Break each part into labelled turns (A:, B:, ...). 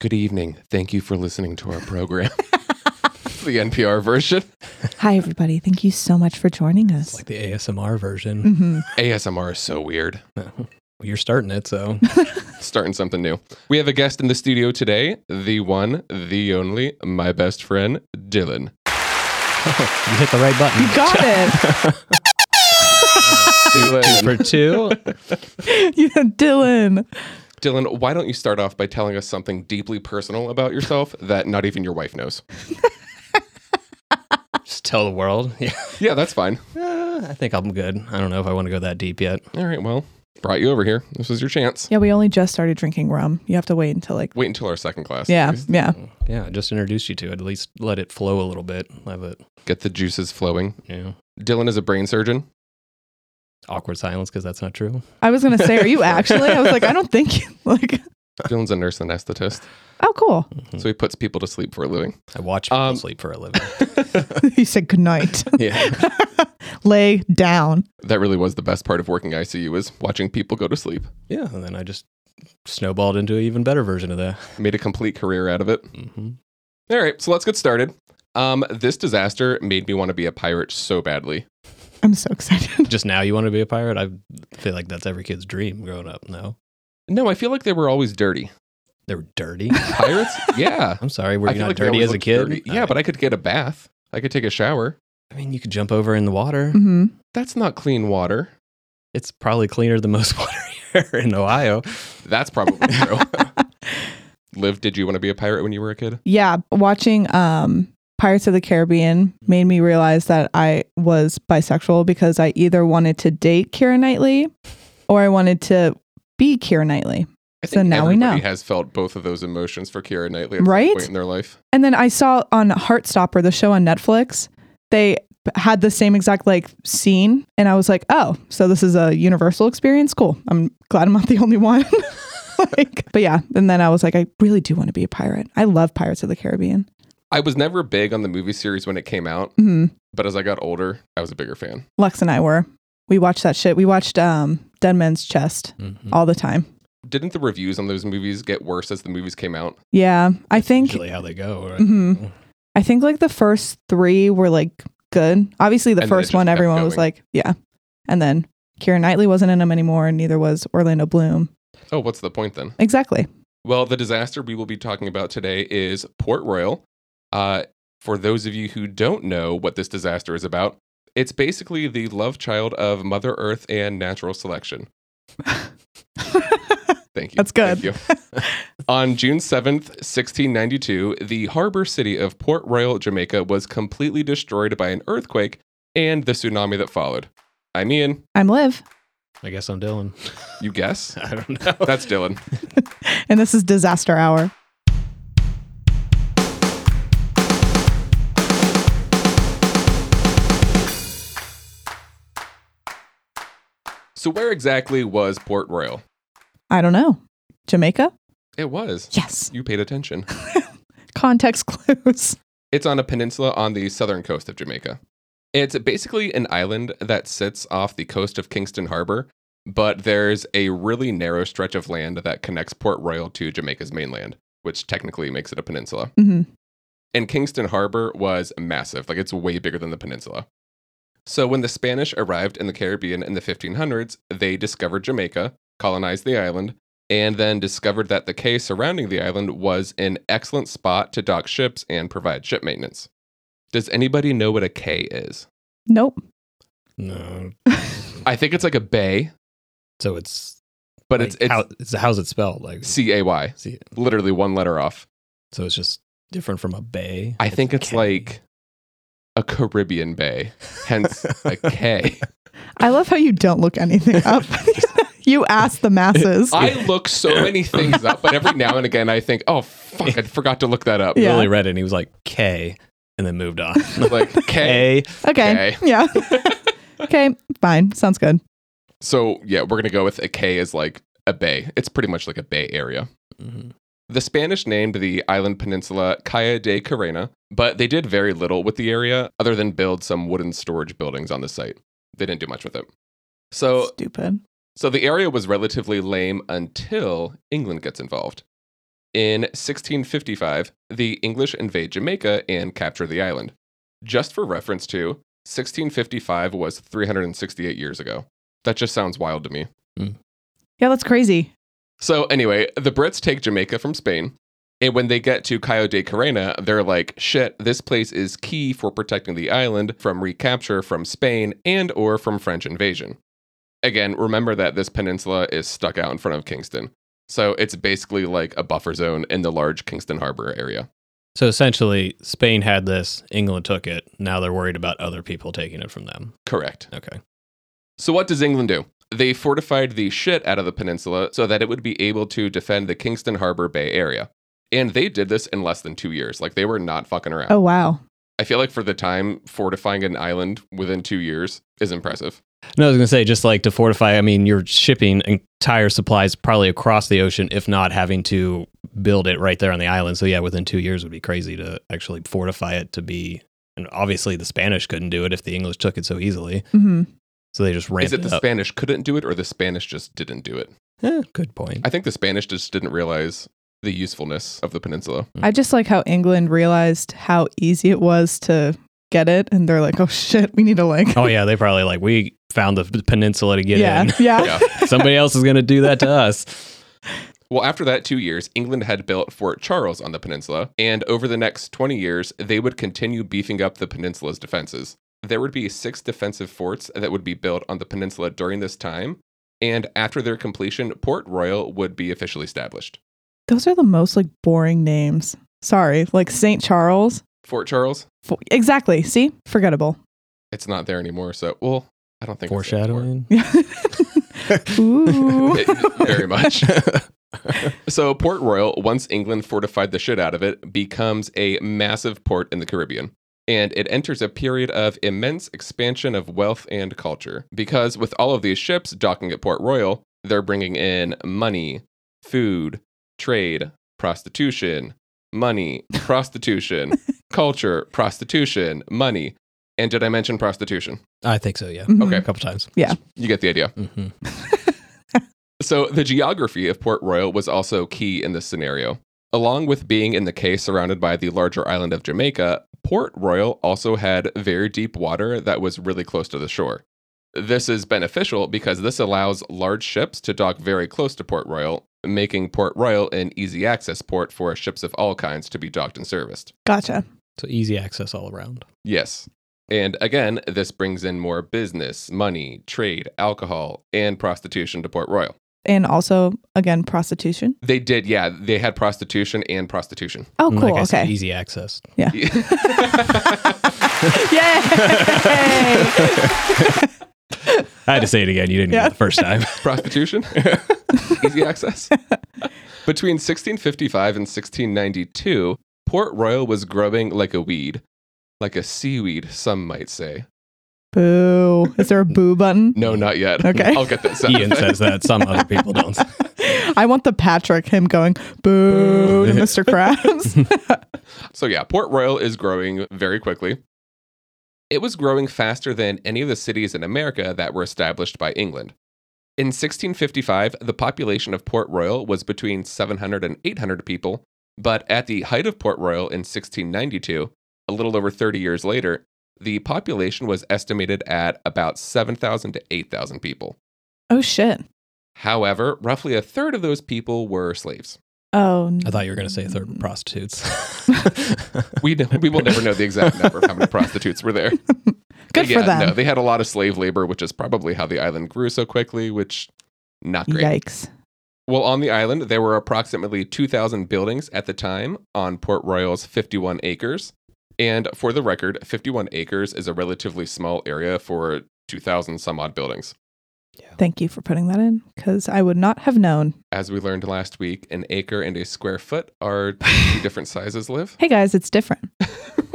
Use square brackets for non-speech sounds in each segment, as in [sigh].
A: Good evening. Thank you for listening to our program. [laughs] the NPR version,
B: Hi, everybody. Thank you so much for joining us.
C: It's like the ASMR version.
B: Mhm.
A: ASMR is so weird. Mm-hmm.
C: You're starting it, so
A: Starting something new. We have a guest in the studio today, the one, the only, my best friend, Dylan.
C: you hit the
A: [laughs]
C: right button.
B: You got it. [laughs]
A: Dylan,
C: For two,
B: you know, Dylan.
A: Dylan, why don't you start off by telling us something deeply personal about yourself that not even your wife knows?
C: just tell the world. [laughs] Yeah,
A: Yeah, that's fine.
C: Uh, I think I'm good. I don't know if I want to go that deep yet.
A: All right, well, brought you over here. This was your chance.
B: Yeah, we only just started drinking rum. You have to wait until like,
A: Wait until our second class.
B: yeah, yeah.
C: Yeah, I just introduced you to it. At least let it flow a little bit. Let it,
A: Get the juices flowing.
C: you know,
A: Dylan is a brain surgeon.
C: awkward silence because that's not true.
B: I was gonna say, are you actually? I was like, I don't think you [laughs] like.
A: Dylan's a nurse anesthetist,
B: Oh, cool.
C: Mhm.
A: so he puts people to sleep for a living.
C: I watch people
A: Um,
C: sleep for
A: [laughs]
C: a living.
B: [laughs] you said good night. [laughs]
C: yeah,
B: Lay down.
A: that really was the best part of working ICU was watching people go to sleep.
C: yeah, and then I just snowballed into an even better version of that.
A: Made a complete career out of it.
C: hmm
A: All right, so let's get started. Um, this disaster made me want to be a pirate so badly.
B: I'm so [laughs] excited.
C: Just now, you want to be a pirate? I feel like that's every kid's dream growing up. No,
A: No, I feel like they were always dirty.
C: they were
A: [laughs]
C: dirty. [laughs]
A: Pirates? yeah.
C: I'm sorry, were
A: I
C: you
A: feel
C: not
A: like they
C: dirty
A: always
C: as a
A: looked
C: kid?
A: dirty. Yeah, but I could get a bath. I could take a shower.
C: I mean, you could jump over in the water.
B: hmm
A: That's not clean water.
C: It's probably cleaner than most [laughs] water here in Ohio.
A: That's
C: [laughs]
A: probably true. Liv, did you want to be a pirate when you were a kid?
B: Yeah, watching um Pirates of the Caribbean made me realize that I was bisexual because I either wanted to date Kira Knightley or I wanted to be Kira Knightley.
A: I
B: So now we know.
A: everybody has felt both of those emotions for Kira Knightley at some
B: Right?
A: point in their life.
B: And then I saw on Heartstopper, the show on Netflix, they had the same exact like scene, and I was like, oh, so this is a universal experience. Cool. I'm glad I'm not the only one. [laughs] like, but yeah, and then I was like, I really do want to be a pirate. I love Pirates of the Caribbean.
A: I was never big on the movie series when it came out,
B: hmm
A: but as I got older, I was a bigger fan.
B: Lex and I were. We watched that shit. We watched um, Dead Man's Chest
A: Mm-hmm.
C: Mhm.
B: all the time.
A: didn't the reviews on those movies get worse as the movies came out?
B: Yeah, I think.
C: Usually how they go. Right?
B: Mhm. I think like the first three were like good. Obviously, the
A: And then it
B: first
A: just
B: one,
A: kept
B: everyone was
A: going.
B: like, yeah. And then Kieran Knightley wasn't in them anymore, and neither was Orlando Bloom.
A: Oh, what's the point then?
B: Exactly.
A: Well, the disaster we will be talking about today is Port Royal. Uh, for those of you who don't know what this disaster is about, it's basically the love child of Mother Earth and natural
B: [laughs]
A: selection. Thank you.
B: That's good.
A: Thank you. [laughs] On June 7th, 1692, the harbor city of Port Royal, Jamaica was completely destroyed by an earthquake and the tsunami that followed. I mean,
B: I'm Liv,
C: I guess I'm Dylan. [laughs]
A: you guess?
C: I don't know.
A: [laughs] That's Dylan.
B: and this is Disaster Hour.
A: So, where exactly was Port Royal?
B: I don't know. Jamaica?
A: It was.
B: Yes.
A: You paid attention.
B: Context [laughs] clues.
A: It's on a peninsula on the southern coast of Jamaica. It's basically an island that sits off the coast of Kingston Harbor, but there's a really narrow stretch of land that connects Port Royal to Jamaica's mainland, which technically makes it a peninsula.
B: hmm
A: And Kingston Harbor was massive, like it's way bigger than the peninsula. So, when the Spanish arrived in the Caribbean in the 1500s, they discovered Jamaica, colonized the island, and then discovered that the cay surrounding the island was an excellent spot to dock ships and provide ship maintenance. Does anybody know what a cay is?
B: Nope.
C: no.
A: I think it's like a bay,
C: So it's
A: but
C: like,
A: it's it's
C: how, it's how's it spelled? Like
A: C A Y,
C: see,
A: literally one letter off.
C: so it's just different from a bay.
A: I think it's
C: K.
A: like a Caribbean bay, hence a
C: [laughs]
A: cay.
B: I love how you don't look
A: [laughs]
B: anything up. [laughs] you ask the masses.
A: I look so many things up, but every now and again I think, oh fuck, I forgot to look that up.
B: Yeah.
C: Literally read it and he was like K and then moved on. [laughs]
A: Like [laughs] K.
C: K.
B: Okay. Yeah. okay. Fine. Sounds good.
A: [laughs] So yeah, we're gonna go with a K as like a bay. It's pretty much like a bay area. Mm-hmm.
C: Mhm.
A: The Spanish named the island peninsula Calle de Carena, but they did very little with the area other than build some wooden storage buildings on the site. They didn't do much with it. So
B: Stupid.
A: so the area was relatively lame until England gets involved. In 1655, the English invade Jamaica and capture the island. Just for reference, to 1655 was 368 years ago. That just sounds wild to me.
B: Yeah, that's crazy.
A: So, anyway, the Brits take Jamaica from Spain. And when they get to Cayo de Carena, they're like, shit, this place is key for protecting the island from recapture from Spain and or from French invasion. Again, remember that this peninsula is stuck out in front of Kingston. So it's basically like a buffer zone in the large Kingston Harbor area.
C: So essentially, Spain had this, England took it. Now they're worried about other people taking it from them.
A: Correct.
C: Okay.
A: So, what does England do? They fortified the shit out of the peninsula so that it would be able to defend the Kingston Harbor Bay area. And they did this in less than two years. Like, they were not fucking around.
B: Oh wow.
A: I feel like for the time, fortifying an island within two years is impressive.
C: No, I was going to say, just like to fortify, I mean, you're shipping entire supplies probably across the ocean, if not having to build it right there on the island. So, yeah, within two years would be crazy to actually fortify it to be. And obviously, the Spanish couldn't do it if the English took it so easily.
B: hmm
C: So they just ramped
A: is it the
C: up.
A: Spanish couldn't do it or the Spanish just didn't do it?
C: Eh, good point.
A: I think the Spanish just didn't realize the usefulness of the peninsula.
B: I just like how England realized how easy it was to get it, and they're like, "Oh shit, we need to like."
C: oh, yeah. They probably like, we found the peninsula to get
B: yeah,
C: in. [laughs]
B: yeah, [laughs]
A: Yeah.
C: Somebody else is going to do that
A: [laughs]
C: to us.
A: Well, after that two years, England had built Fort Charles on the peninsula, and over the next 20 years, they would continue beefing up the peninsula's defenses. There would be six defensive forts that would be built on the peninsula during this time, and after their completion, Port Royal would be officially established.
B: Those are the most like boring names. Sorry, like Saint Charles.
A: Fort Charles,
B: Fo- exactly. See, forgettable. [laughs]
A: it's not there anymore, so, well, I don't think it's there anymore.
C: Foreshadowing.
B: [laughs] Yeah.
A: [laughs]
B: Ooh.
A: Very much. So, Port Royal, once England fortified the shit out of it, becomes a massive port in the Caribbean. And it enters a period of immense expansion of wealth and culture. Because with all of these ships docking at Port Royal, they're bringing in money, food, trade, prostitution, money, prostitution, culture, prostitution, money. And did I mention prostitution?
C: I think so, yeah.
B: Mhm.
C: A couple times.
A: You get the idea.
C: hmm
A: So, the geography of Port Royal was also key in this scenario. Along with being in the Cay surrounded by the larger island of Jamaica, Port Royal also had very deep water that was really close to the shore. This is beneficial because this allows large ships to dock very close to Port Royal, making Port Royal an easy access port for ships of all kinds to be docked and serviced.
B: Gotcha.
C: So easy access all around.
A: Yes. And again, this brings in more business, money, trade, alcohol, and prostitution to Port Royal.
B: And also, again, prostitution.
A: They did, yeah. They had prostitution and prostitution. [laughs]
B: Oh,
C: And
B: cool.
C: Like Mm, I said,
B: okay.
C: easy access.
B: [laughs] Yay!
C: I had to say it again. You didn't
B: Yeah.
C: get it the
A: [laughs]
C: first time.
A: Prostitution? Easy access? Between 1655 and 1692, Port Royal was growing like a weed, like a seaweed, some might say.
B: boo. Is there a boo
C: [laughs]
B: button?
A: No, not
B: [laughs]
A: yet.
B: Okay.
A: I'll get that sound
C: Ian
A: effect.
C: says that. Some other people don't.
B: [laughs] I want the Patrick, him going,
C: [laughs]
B: boo to Mr. Krabs.
A: So, yeah, Port Royal is growing very quickly. It was growing faster than any of the cities in America that were established by England. In 1655, the population of Port Royal was between 700 and 800 people, but at the height of Port Royal in 1692, a little over 30 years later, the population was estimated at about 7,000 to 8,000 people.
B: oh, shit.
A: However, roughly a third of those people were slaves.
B: Oh, n-
C: I thought you were going to say a third were
A: [laughs]
C: prostitutes.
A: We, we will never know the exact number of how many prostitutes were there.
B: good
A: yeah,
B: for them.
A: No, they had a lot of slave labor, which is probably how the island grew so quickly, which not great.
B: Yikes.
A: Well, on the island, there were approximately 2,000 buildings at the time on Port Royal's 51 acres. And for the record, 51 acres is a relatively small area for 2,000 some odd buildings.
B: Thank you for putting that in because I would not have known.
A: As we learned last week, an acre and a square foot are
B: [laughs]
A: two different sizes live.
B: Hey guys, it's
A: [laughs]
B: different.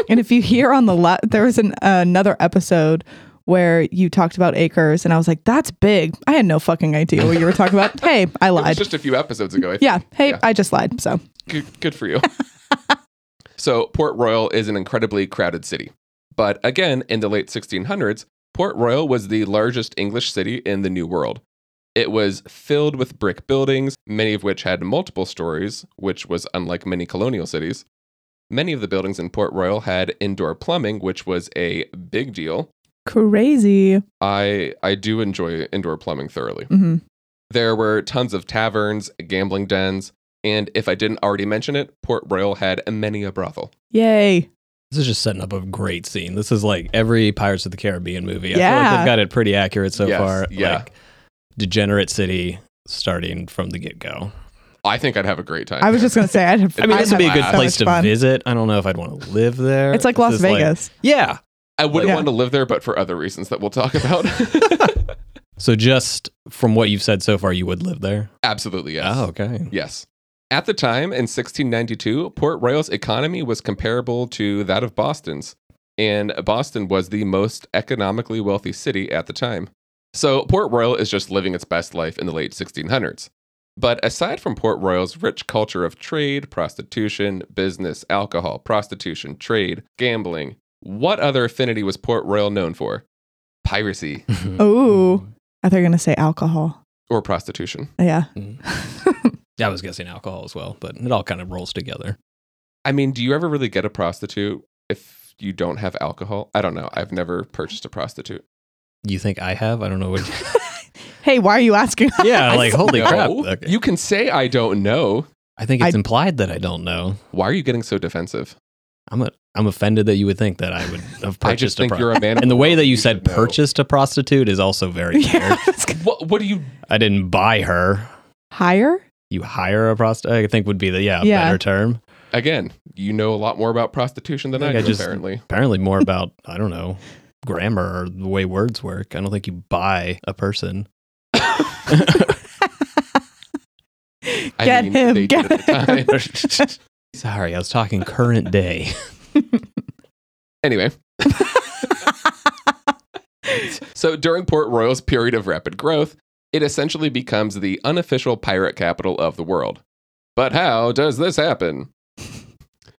B: and if you hear on the left, there was an, another episode where you talked about acres, and I was like, that's big. I had no fucking idea what you were talking
A: [laughs]
B: about. hey, I
A: It was
B: lied.
A: just a few episodes ago. I
B: [laughs] yeah. Hey,
A: yeah.
B: I just lied. So
A: good, good for you. [laughs] so, Port Royal is an incredibly crowded city. But again, in the late 1600s, Port Royal was the largest English city in the New World. It was filled with brick buildings, many of which had multiple stories, which was unlike many colonial cities. Many of the buildings in Port Royal had indoor plumbing, which was a big deal.
B: Crazy.
A: I I do enjoy indoor plumbing thoroughly.
B: hmm
A: There were tons of taverns, gambling dens, and if I didn't already mention it, Port Royal had many a brothel.
B: Yay.
C: This is just setting up a great scene. This is like every Pirates of the Caribbean movie. I feel
B: Yeah.
C: like they've got it pretty accurate so
A: Yes,
C: far.
A: yeah.
C: Like degenerate city starting from the get go.
A: I think I'd have a great time.
B: I was just gonna say I'd have.
C: I mean,
B: I'd
C: this would be a
B: have
C: good
A: so
C: place
B: much
C: to
B: fun.
C: visit. I don't know if I'd want to live there.
B: It's like
C: This
B: Las
C: is
B: Vegas.
C: yeah.
A: I wouldn't
B: Yeah.
A: want to live there, but for other reasons that we'll talk [laughs] about.
C: So just from what you've said so far, you would live there.
A: Absolutely, yes.
C: Oh, okay. [laughs]
A: Yes. At the time in 1692, Port Royal's economy was comparable to that of Boston's, and Boston was the most economically wealthy city at the time. So Port Royal is just living its best life in the late 1600s. But aside from Port Royal's rich culture of trade, prostitution, business, alcohol, prostitution, trade, gambling, what other affinity was Port Royal known for? Piracy
B: Ooh. I thought you were gonna say alcohol.
A: or prostitution.
B: Yeah.
C: I was guessing alcohol as well, but it all kind of rolls together.
A: I mean, do you ever really get a prostitute if you don't have alcohol? I don't know. I've never purchased a prostitute.
C: You think I have? I don't know what.
B: [laughs]
A: [laughs]
B: hey, why are you asking?
C: yeah, like holy
A: No.
C: crap. Okay.
A: You can say I don't know.
C: I think it's
B: I-
C: implied that I don't know.
A: Why are you getting so defensive?
C: I'm a, I'm offended that you would think that I
A: [laughs]
C: would have purchased
A: I just
C: a
A: think
C: prostitute.
A: you're a man. of
C: [laughs] And the way that you
A: should
C: said
A: know.
C: purchased a prostitute is also
A: [laughs]
C: very weird.
B: [laughs] yeah. I was gonna-
A: What? What do you?
C: I didn't buy her.
B: Higher.
C: You hire a prostitute, I think would be the yeah,
B: Yeah.
C: better term.
A: Again, you know a lot more about prostitution than
C: I
A: I,
C: think I
A: do.
C: just-
A: apparently,
C: Apparently
A: [laughs]
C: more about, I don't know, grammar or the way words work. I don't think you buy a person.
A: I
B: Get
A: mean,
B: him,
A: They
B: get
A: did at the
B: him.
A: time.
C: [laughs] Sorry, I was talking
A: [laughs]
C: current day.
A: Anyway, so during Port Royal's period of rapid growth, it essentially becomes the unofficial pirate capital of the world. But how does this happen?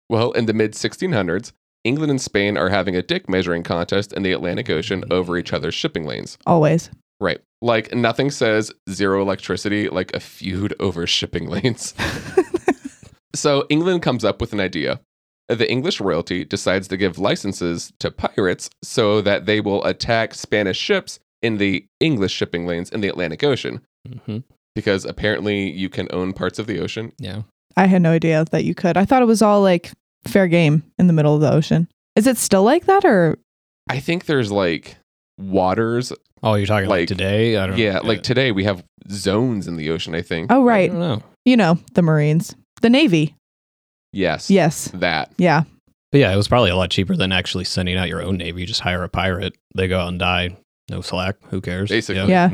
A: Well, in the mid 1600s, England and Spain are having a dick measuring contest in the Atlantic Ocean over each other's shipping lanes.
B: Always.
A: Right. Like nothing says zero electricity like a feud over shipping lanes. so England comes up with an idea. The English royalty decides to give licenses to pirates so that they will attack Spanish ships in the English shipping lanes in the Atlantic Ocean
C: hmm
A: because apparently you can own parts of the ocean.
C: Yeah.
B: I had no idea that you could. I thought it was all like fair game in the middle of the ocean. Is it still like that or
A: I think there's like waters.
C: Oh, you're talking like,
A: Like-
C: today? I don't
A: Yeah, like today we have zones in the ocean, I think.
B: Oh
C: I
B: right.
C: don't know.
B: You know, the Marines. The Navy.
A: Yes.
B: Yes.
A: That.
B: Yeah.
C: But yeah, it was probably a lot cheaper than actually sending out your own navy. You just hire a pirate. They go out and die. No slack. Who cares?
A: Basically.
B: Yeah.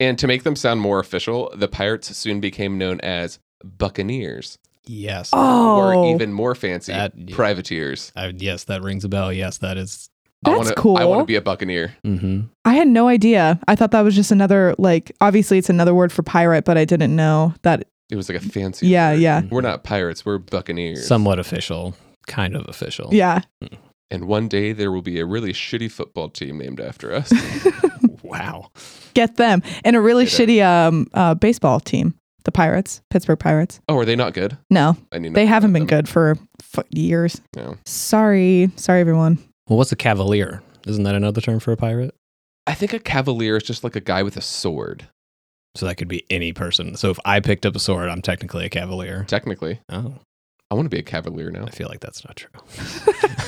A: And to make them sound more official, the pirates soon became known as buccaneers,
C: Yes.
B: Oh
A: or even more fancy,
C: That- yeah.
A: privateers.
C: I, yes, that rings a bell. Yes, that is-
A: I
B: That's
A: wanna,
B: cool.
A: I want to be a buccaneer.
C: mhm.
B: I had no idea. I thought that was just another like obviously it's another word for pirate, but I didn't know that
A: It was like a fancy.
B: Yeah,
A: word.
B: yeah.
A: We're not pirates. We're buccaneers.
C: somewhat official, kind of official.
B: Yeah.
A: And one day there will be a really shitty football team named after
B: [laughs]
A: us.
C: [laughs] Wow.
B: Get them. And a really
A: Get it.
B: shitty um uh baseball team. The Pirates, Pittsburgh Pirates.
A: oh, are they not good?
B: No,
A: I need. to
B: they
A: know
B: haven't
A: about
B: been
A: them.
B: good for f- years.
A: No.
B: Sorry. Sorry everyone.
C: Well, what's a cavalier? Isn't that another term for a pirate?
A: I think a cavalier is just like a guy with a sword,
C: So that could be any person. So if I picked up a sword, I'm technically a cavalier.
A: technically.
C: Oh,
A: I want to be a cavalier
C: [laughs]
A: now.
C: I feel like that's not true.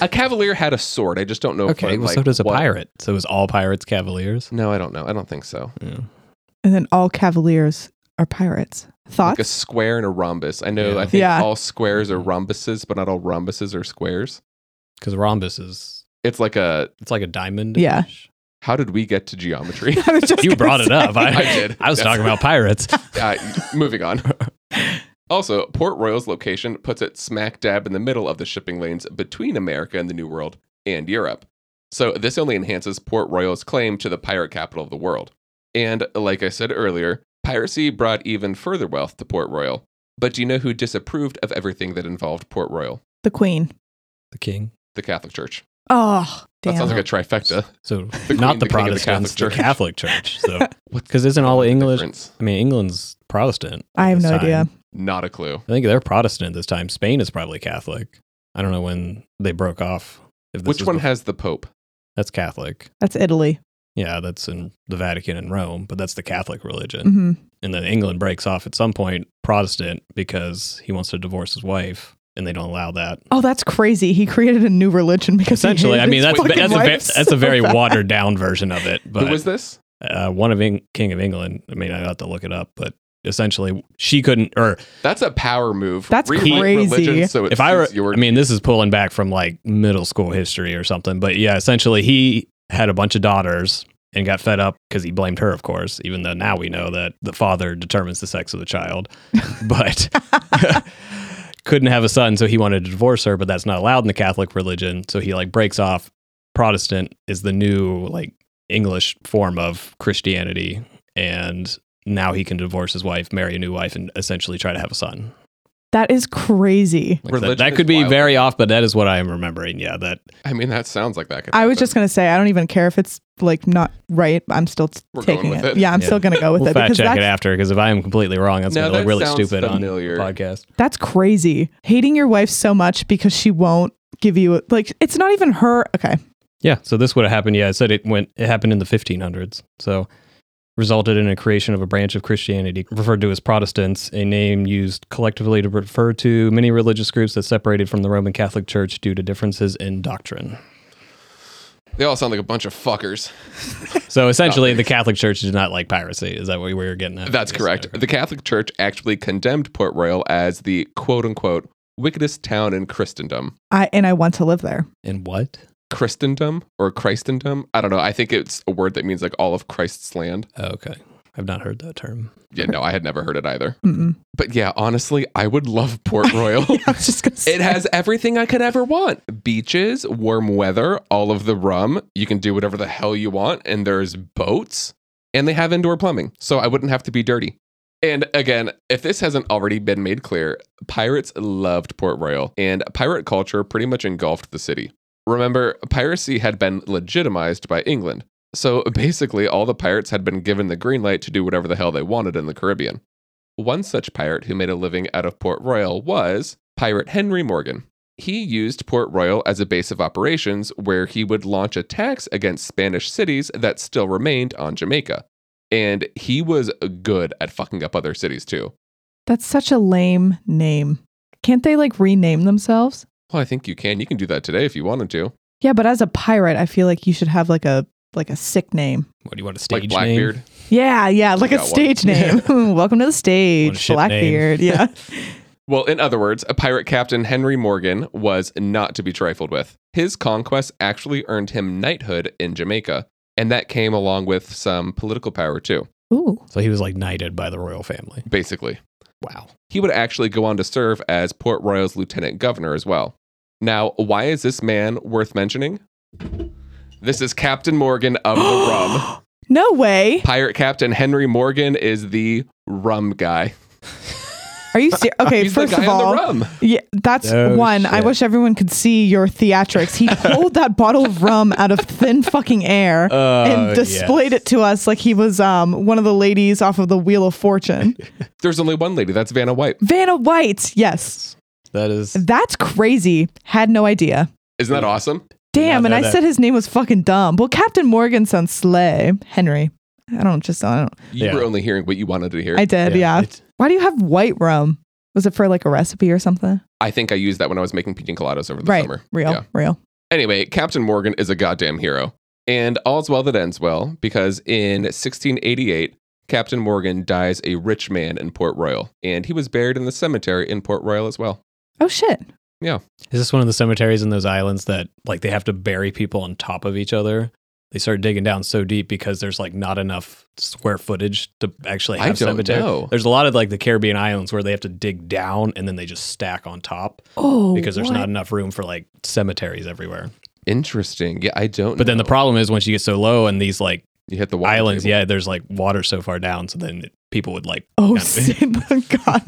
A: A cavalier had a sword. I just don't know. if
C: Okay,
A: I'm,
C: well, so
A: like,
C: does a
A: what-
C: pirate. So is all pirates cavaliers?
A: No, I don't know. I don't think so.
C: Yeah.
B: And then all Cavaliers are pirates.
A: Like a
B: Thoughts?
A: square and a rhombus. I know.
C: Yeah.
A: I think
B: Yeah.
A: all squares are rhombuses, but not all rhombuses are squares.
C: Because rhombus is
A: It's like a
C: it's like a diamond.
B: Yeah.
A: how did we get to
C: [laughs]
A: geometry?
B: [laughs] I was just
C: You
B: gonna
C: brought it
B: say.
C: up.
A: [laughs]
C: I,
A: I did.
C: I was
A: That's-
C: talking about pirates.
A: [laughs] uh, moving
C: [laughs]
A: on. Also, Port Royal's location puts it smack dab in the middle of the shipping lanes between America and the New World and Europe. So, this only enhances Port Royal's claim to the pirate capital of the world. And, like I said earlier, piracy brought even further wealth to Port Royal. But do you know who disapproved of everything that involved Port Royal?
B: the Queen.
C: the king.
A: The Catholic Church.
B: Oh,
A: That sounds
B: Damn.
A: like a trifecta.
C: So
A: The queen,
C: not the,
A: the king, and the
C: Protestants,
A: Catholic
C: the
A: Church. [laughs]
C: Catholic Church. So [laughs]
A: What's
C: because isn't all
A: the
C: English?
A: difference?
C: I mean, England's Protestant. at
B: I have
C: this
B: no
C: time.
B: idea.
A: Not a clue.
C: I think they're Protestant this time. Spain is probably Catholic. I don't know when they broke off. If this
A: Which
C: was
A: one
C: bef-
A: has the Pope?
C: that's Catholic.
B: That's Italy.
C: Yeah, that's in the Vatican and Rome, but that's the Catholic religion.
B: hmm
C: And then England breaks off at some point Protestant because he wants to divorce his wife, and they don't allow
B: [laughs]
C: that.
B: Oh, that's crazy. He created a new religion because he
C: Essentially,
B: hated
C: I mean
B: his
C: that's
B: fucking
C: that's a,
B: wife
C: ve- that's
B: so [laughs]
C: a very
B: bad.
C: watered down version of it. But
A: Who was this?
C: uh, one of Eng- King of England. I mean, I have to look it up, but essentially, she couldn't. Or
A: That's a power move.
B: That's
A: Rewrite
B: crazy.
A: religion so it
C: if I, were,
A: suits your
C: I mean, this is pulling back from like middle school history or something. But yeah, essentially, he had a bunch of daughters and got fed up because he blamed her, of course. Even though now we know that the father determines the sex of the child, but [laughs] couldn't have a son, so he wanted to divorce her. But that's not allowed in the Catholic religion, so he like breaks off. Protestant is the new like English form of Christianity, and now he can divorce his wife, marry a new wife, and essentially try to have a son.
B: That is crazy.
C: Like I said,
A: Religion
C: that
A: is
C: could be
A: wild.
C: very off, but that is what I am remembering. Yeah, that
A: I mean, that sounds like that. Could
B: I was
A: happen.
B: just gonna say I don't even care if it's like not right. I'm still t-
A: We're going
B: taking
A: with
B: it.
A: it.
B: Yeah, I'm
C: Yeah.
B: still gonna go with
C: we'll
B: it
C: fact
B: because
C: check
B: that's,
C: it after because if I am completely wrong, that's
A: No,
C: going to
A: that
C: look really
A: sounds
C: stupid
A: familiar.
C: on the podcast.
B: that's crazy. Hating your wife so much because she won't give you like it's not even her. Okay,
C: Yeah, so this would have happened. Yeah, I said it went. It happened in the 1500s. So resulted in a creation of a branch of Christianity referred to as Protestants, a name used collectively to refer to many religious groups that separated from the Roman Catholic Church due to differences in doctrine.
A: They all sound like a bunch of
C: [laughs]
A: fuckers. [laughs]
C: So essentially, the
A: Doctrines.
C: Catholic Church did not like piracy. Is that what we were getting at?
A: That's
C: Yes.
A: correct. The Catholic Church actually condemned Port Royal as the quote unquote wickedest town in Christendom.
B: I and I want to live there.
C: And what?
A: Christendom or Christendom? I don't know. I think it's a word that means like all of Christ's land.
C: Oh, okay, I've not heard that term.
A: Yeah, no, I had never heard it either. [laughs]
B: Mm-mm.
A: But yeah, honestly, I would love
B: [laughs]
A: Port Royal.
B: Yeah, I was just gonna say
A: Oh. It has everything I could ever want. Beaches, warm weather, all of the rum. You can do whatever the hell you want. And there's boats and they have indoor plumbing. So I wouldn't have to be dirty. And again, if this hasn't already been made clear, pirates loved Port Royal and pirate culture pretty much engulfed the city. Remember, piracy had been legitimized by England. So basically, all the pirates had been given the green light to do whatever the hell they wanted in the Caribbean. One such pirate who made a living out of Port Royal was Pirate Henry Morgan. He used Port Royal as a base of operations where he would launch attacks against Spanish cities that still remained on Jamaica. And he was good at fucking up other cities too.
B: that's such a lame name. Can't they like rename themselves?
A: Well, I think you can. You can do that today if you wanted to.
B: Yeah, but as a pirate, I feel like you should have like a like a sick name.
C: What do you want a stage
A: Like
C: name?
A: Blackbeard.
B: Yeah, yeah, like a
A: got one.
B: stage name. [laughs] Welcome to the
C: What a
B: stage,
C: ship
B: Blackbeard.
C: name.
A: [laughs]
B: Yeah.
A: Well, in other words, a pirate captain Henry Morgan was not to be trifled with. His conquests actually earned him knighthood in Jamaica, and that came along with some political power too,
B: Ooh.
C: So he was like knighted by the royal family.
A: basically.
C: Wow.
A: He would actually go on to serve as Port Royal's lieutenant governor as well. Now, why is this man worth mentioning? This is Captain Morgan of
B: [gasps]
A: the Rum.
B: No way.
A: Pirate Captain Henry Morgan is the rum guy.
B: Are you serious? Okay,
A: He's
B: first
A: the guy
B: of all,
A: on the rum.
B: yeah, that's
C: Oh,
B: one. I
C: shit.
B: wish everyone could see your theatrics. He pulled that bottle of rum out of thin fucking air
A: Uh,
B: [laughs]
C: Oh,
B: and displayed it to us like he was um, one of the ladies off of the Wheel of Fortune.
A: There's only one lady, that's Vanna White.
B: Vanna White. Yes.
C: That is
B: That's crazy. Had no idea.
A: Isn't that awesome?
B: Damn,
C: know
B: and I
C: that.
B: said his name was fucking dumb. Well, Captain Morgan sounds slay. Henry. I don't just I don't
A: You
C: Yeah.
A: were only hearing what you wanted to hear.
B: I
A: I,
B: did, yeah.
C: it-
B: Why do you have white rum? Was it for like a recipe or something?
A: think I used that when I was making pina coladas over the
B: Right.
A: summer.
B: Real,
A: Yeah.
B: real.
A: Anyway, Captain Morgan is a goddamn hero. And all's well that ends well, because in 1688, Captain Morgan dies a rich man in Port Royal, and he was buried in the cemetery in Port Royal as well.
B: Oh shit.
C: Is this one of the cemeteries in those islands that like they have to bury people on top of each other? They start digging down so deep because there's like not enough square footage to actually have
A: I don't
C: cemetery.
A: know.
C: There's a lot of like the Caribbean islands where they have to dig down and then they just stack on top
B: Oh
C: because there's
B: what?
C: not enough room for like cemeteries everywhere.
A: Interesting. Yeah, I don't.
C: But then the
A: know.
C: problem is once you get so low and these like
A: you hit the water
C: islands,
A: table.
C: yeah, there's like water so far down, so then people would like
B: Oh [laughs]
C: Yeah.
B: shit.
A: [laughs]
B: God.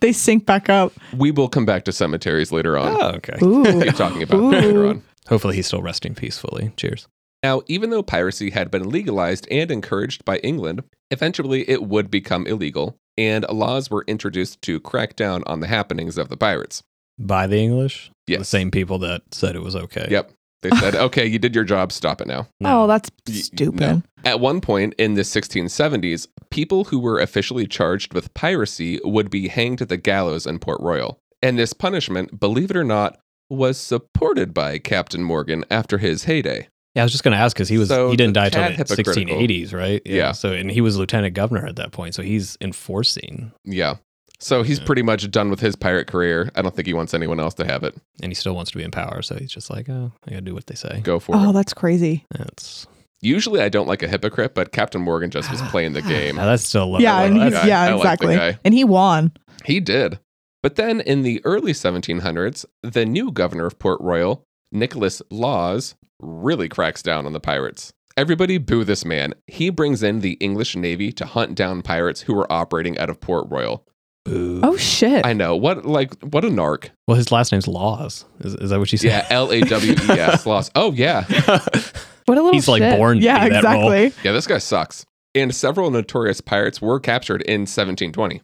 B: They sink back up.
A: We will come back to cemeteries later on.
C: oh okay.
B: Ooh.
A: Keep talking about
B: Ooh.
A: them later on.
C: Hopefully, he's still resting peacefully. Cheers.
A: Now, even though piracy had been legalized and encouraged by England, eventually it would become illegal, and laws were introduced to crack down on the happenings of the pirates.
C: By the English,
A: Yes.
C: the same people that said it was okay.
A: Yep. They said, okay, you did your job, stop it now.
C: No.
B: Oh, that's
A: Y-
B: stupid.
A: no. At one point in the 1670s, people who were officially charged with piracy would be hanged at the gallows in Port Royal. And this punishment, believe it or not, was supported by Captain Morgan after his heyday.
C: yeah, I was just going to ask because he was
A: So
C: he didn't
A: the
C: die till
A: tad
C: the
A: hypocritical.
C: 1680s, right?
A: Yeah.
C: So and he was lieutenant governor at that point, so he's enforcing,
A: Yeah. So he's
C: Yeah.
A: pretty much done with his pirate career. I don't think he wants anyone else to have it.
C: and he still wants to be in power. So he's just like, oh, I got to do what they say.
A: Go for
B: Oh,
A: it.
B: that's crazy.
C: That's
A: Usually I don't like a hypocrite, but Captain Morgan just was playing the game.
C: now that's still low.
B: yeah,
A: like
B: and
A: that
B: he's,
A: guy. I
B: yeah,
A: like the
B: exactly.
A: guy.
B: and he won.
A: He did. But then in the early 1700s, the new governor of Port Royal, Nicholas Laws, really cracks down on the pirates. Everybody boo this man. He brings in the English Navy to hunt down pirates who were operating out of Port Royal.
C: Ooh.
B: Oh shit.
A: I know. What like what a narc.
C: Well, his last name's Laws. Is, is that what you said?
A: Yeah, L A W E S Laws. Oh yeah.
C: [laughs]
B: what a little.
C: he's, like,
B: shit.
C: born to
B: Yeah,
C: do that role.
B: exactly.
A: Yeah, this guy sucks. And several notorious pirates were captured in 1720.